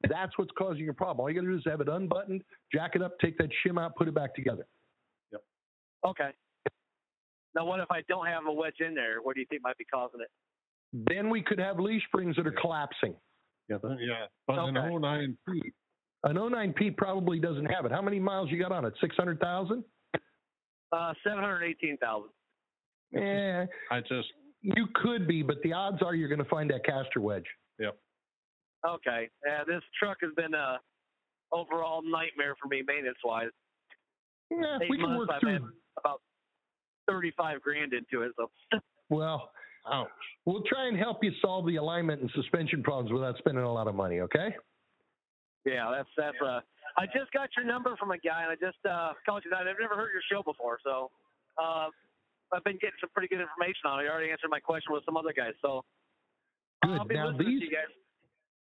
S2: that's what's causing your problem. All you got to do is have it unbuttoned, jack it up, take that shim out, put it back together.
S6: Okay. Now, what if I don't have a wedge in there? What do you think might be causing it?
S2: Then we could have leash springs that are collapsing.
S3: Yeah, but- yeah. But an
S6: Okay.
S3: 09 Pete,
S2: An 09P probably doesn't have it. How many miles you got on it? 600,000?
S6: Uh, 718,000.
S2: Eh,
S3: I just
S2: you could be, but the odds are you're going to find that caster wedge.
S6: Okay. Yeah, this truck has been a overall nightmare for me maintenance wise.
S2: Yeah,
S6: Eight
S2: we can
S6: months
S2: work
S6: I've
S2: through.
S6: had about thirty five grand into it. So
S2: Well,
S3: ouch.
S2: We'll try and help you solve the alignment and suspension problems without spending a lot of money, okay?
S6: yeah, that's that's uh I just got your number from a guy and I just uh called you that. I've never heard your show before, so uh I've been getting some pretty good information on it. You already answered my question with some other guys, so
S2: Good.
S6: I'll be
S2: Now
S6: listening
S2: these-
S6: to you guys.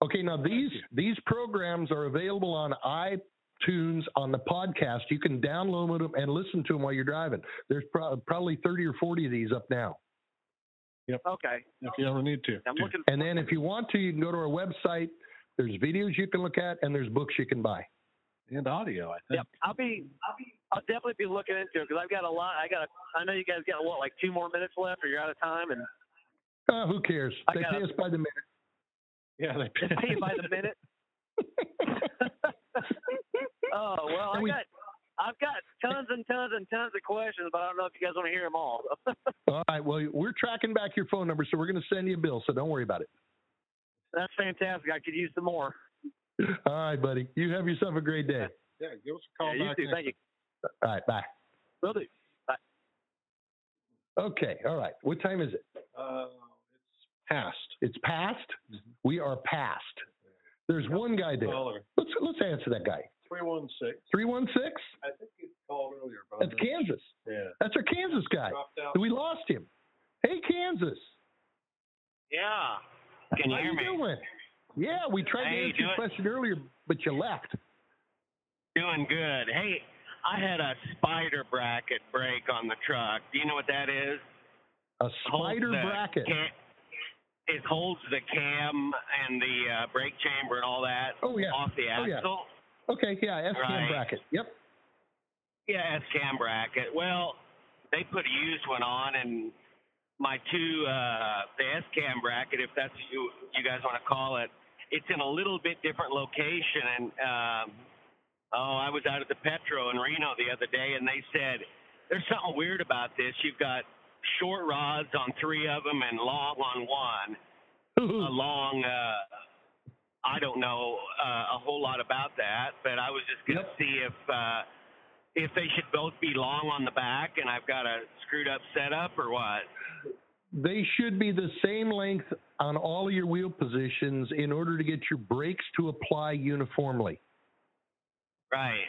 S2: Okay, now these these programs are available on tunes on the podcast. You can download them and listen to them while you're driving. There's pro- probably 30 or 40 of these up now.
S8: Okay.
S3: if you ever need to.
S8: I'm looking.
S2: And then if you want to, you can go to our website. There's videos you can look at, and there's books you can buy.
S3: And audio, I think.
S8: Yep. I'll be. I'll be. I'll definitely be looking into it because I've got a lot. I got. A, I know you guys got what, like two more minutes left, or you're out of time, and
S2: Uh, who cares?
S8: I
S2: They
S8: got
S2: pay
S8: a-
S2: us by the minute.
S3: Yeah, they
S8: Just pay you by the
S3: [laughs]
S8: minute. oh well, I
S2: And we-
S8: got I've got tons and tons and tons of questions, but I don't know if you guys want to hear them all. [laughs]
S2: [laughs] All right. Well, we're tracking back your phone number, so we're going to send you a bill. So don't worry about it.
S8: That's fantastic. I could use some more.
S2: All right, buddy. You have yourself a great day.
S3: Yeah, give us a call
S8: yeah,
S3: back.
S8: you too.
S3: next-
S8: Thank you.
S2: All right. Bye.
S8: Will do.
S2: Okay. All right. What time is it?
S3: Uh, it's past.
S2: It's past. We are past. There's one guy there.
S3: Caller,
S2: Let's let's answer that guy.
S3: 316.
S2: Three one six.
S3: I think you called earlier, but
S2: That's
S3: I'm not-
S2: Kansas.
S3: yeah.
S2: That's our Kansas guy.
S3: Dropped out.
S2: We lost him. Hey, Kansas.
S8: Yeah.
S12: Can you
S2: How
S12: hear
S2: you
S12: me?
S2: doing? Yeah, we tried
S12: Hey,
S2: to answer your
S12: doing-
S2: question earlier, but you left.
S12: Doing good. Hey, I had a spider bracket break on the truck. Do you know what that is?
S2: A
S12: Holds
S2: spider
S12: the
S2: bracket.
S12: ca- it holds the cam and the uh, brake chamber and all that
S2: Oh yeah.
S12: off the
S2: Oh, yeah.
S12: axle.
S2: Okay. Yeah. F
S12: Right.
S2: bracket. Yep.
S12: Yeah, it's cam bracket. Well, they put a used one on, and my two uh, the S cam bracket, if that's what you you guys want to call it, it's in a little bit different location. And um, oh, I was out at the Petro in Reno the other day, and they said there's something weird about this. You've got short rods on three of them and long on one a long uh I don't know uh, a whole lot about that, but I was just going to
S2: Yep.
S12: see if uh if they should both be long on the back and I've got a screwed up setup or what.
S2: they should be the same length on all of your wheel positions in order to get your brakes to apply uniformly.
S12: Right.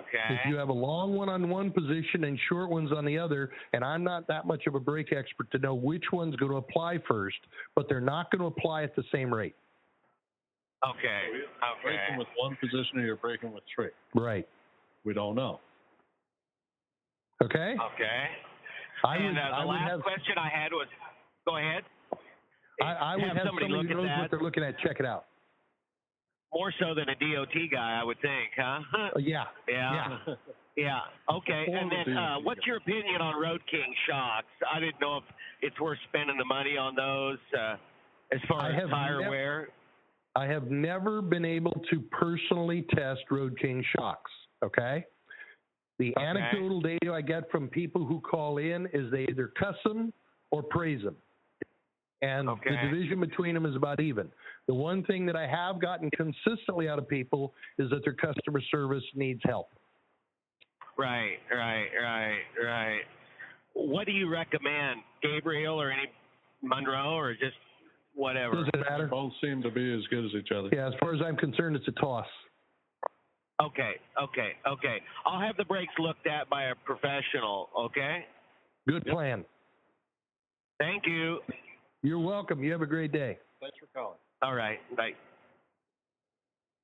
S12: Okay.
S2: If you have a long one on one position and short ones on the other, and I'm not that much of a brake expert to know which one's going to apply first, but they're not going to apply at the same rate.
S12: okay.
S3: Breaking
S12: Okay.
S3: with one position or you're breaking with three.
S2: Right.
S3: We don't know.
S2: Okay.
S12: Okay.
S2: I
S12: and
S2: would,
S12: uh, the
S2: I would
S12: last
S2: have,
S12: question I had was go ahead.
S2: I, I would
S12: have
S2: have
S12: somebody
S2: somebody who
S12: look at
S2: knows what
S12: that.
S2: they're looking at check it out.
S12: More so than a DOT guy, I would think, huh?
S2: Uh, yeah.
S12: yeah. Yeah. Okay. And
S3: Forward
S12: then, uh,
S3: leaning.
S12: what's your opinion on Road King shocks? I didn't know if it's worth spending the money on those uh, as far
S2: I
S12: as
S2: have
S12: tire
S2: nev-
S12: wear.
S2: I have never been able to personally test Road King shocks. Okay. The
S12: Okay.
S2: anecdotal data I get from people who call in is they either cuss them or praise them. And the
S12: Okay.
S2: division between them is about even. The one thing that I have gotten consistently out of people is that their customer service needs help.
S12: Right. Right. Right. Right. What do you recommend, Gabriel or any Monroe or just whatever?
S2: Does it
S3: They
S2: matter?
S3: both seem to be as good as each other.
S2: Yeah, as far as I'm concerned, it's a toss.
S12: Okay. Okay. Okay. I'll have the brakes looked at by a professional. Okay.
S2: Good plan.
S12: Thank you.
S2: You're welcome. You have a great day.
S3: Thanks for calling.
S12: All right. Bye.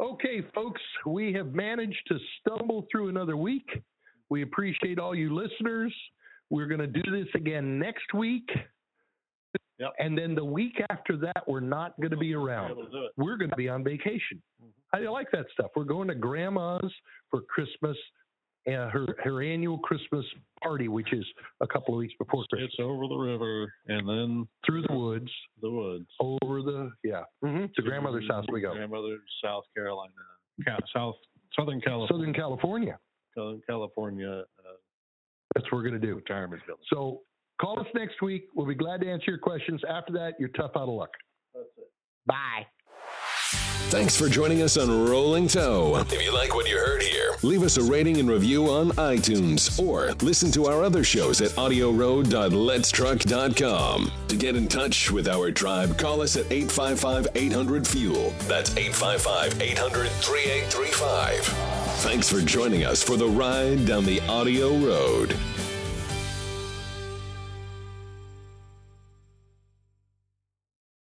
S2: Okay, folks, we have managed to stumble through another week. We appreciate all you listeners. We're going to do this again next week.
S3: Yep.
S2: And then the week after that, we're not going to be around.
S3: Able to do it. Mm-hmm.
S2: We're going to be on vacation. How do you like that stuff? We're going to grandma's for Christmas, uh, her, her annual Christmas party, which is a couple of weeks before Christmas.
S3: It's over the river and then
S2: Through the woods,
S3: the woods. Mm-hmm.
S2: over the, yeah, hmm to grandmother's house we go.
S3: Grandmother's South Carolina, Ca- South Southern California,
S2: Southern California.
S3: Southern California uh,
S2: That's what we're going to do.
S3: retirement village.
S2: So call us next week. We'll be glad to answer your questions. After that, you're tough out of luck.
S8: Bye.
S1: Thanks for joining us on Rolling Toe. If you like what you heard here, leave us a rating and review on iTunes or listen to our other shows at audioroad.letstruck.com. To get in touch with our tribe, call us at 855 800 Fuel. That's 855 800 3835. Thanks for joining us for the ride down the audio road.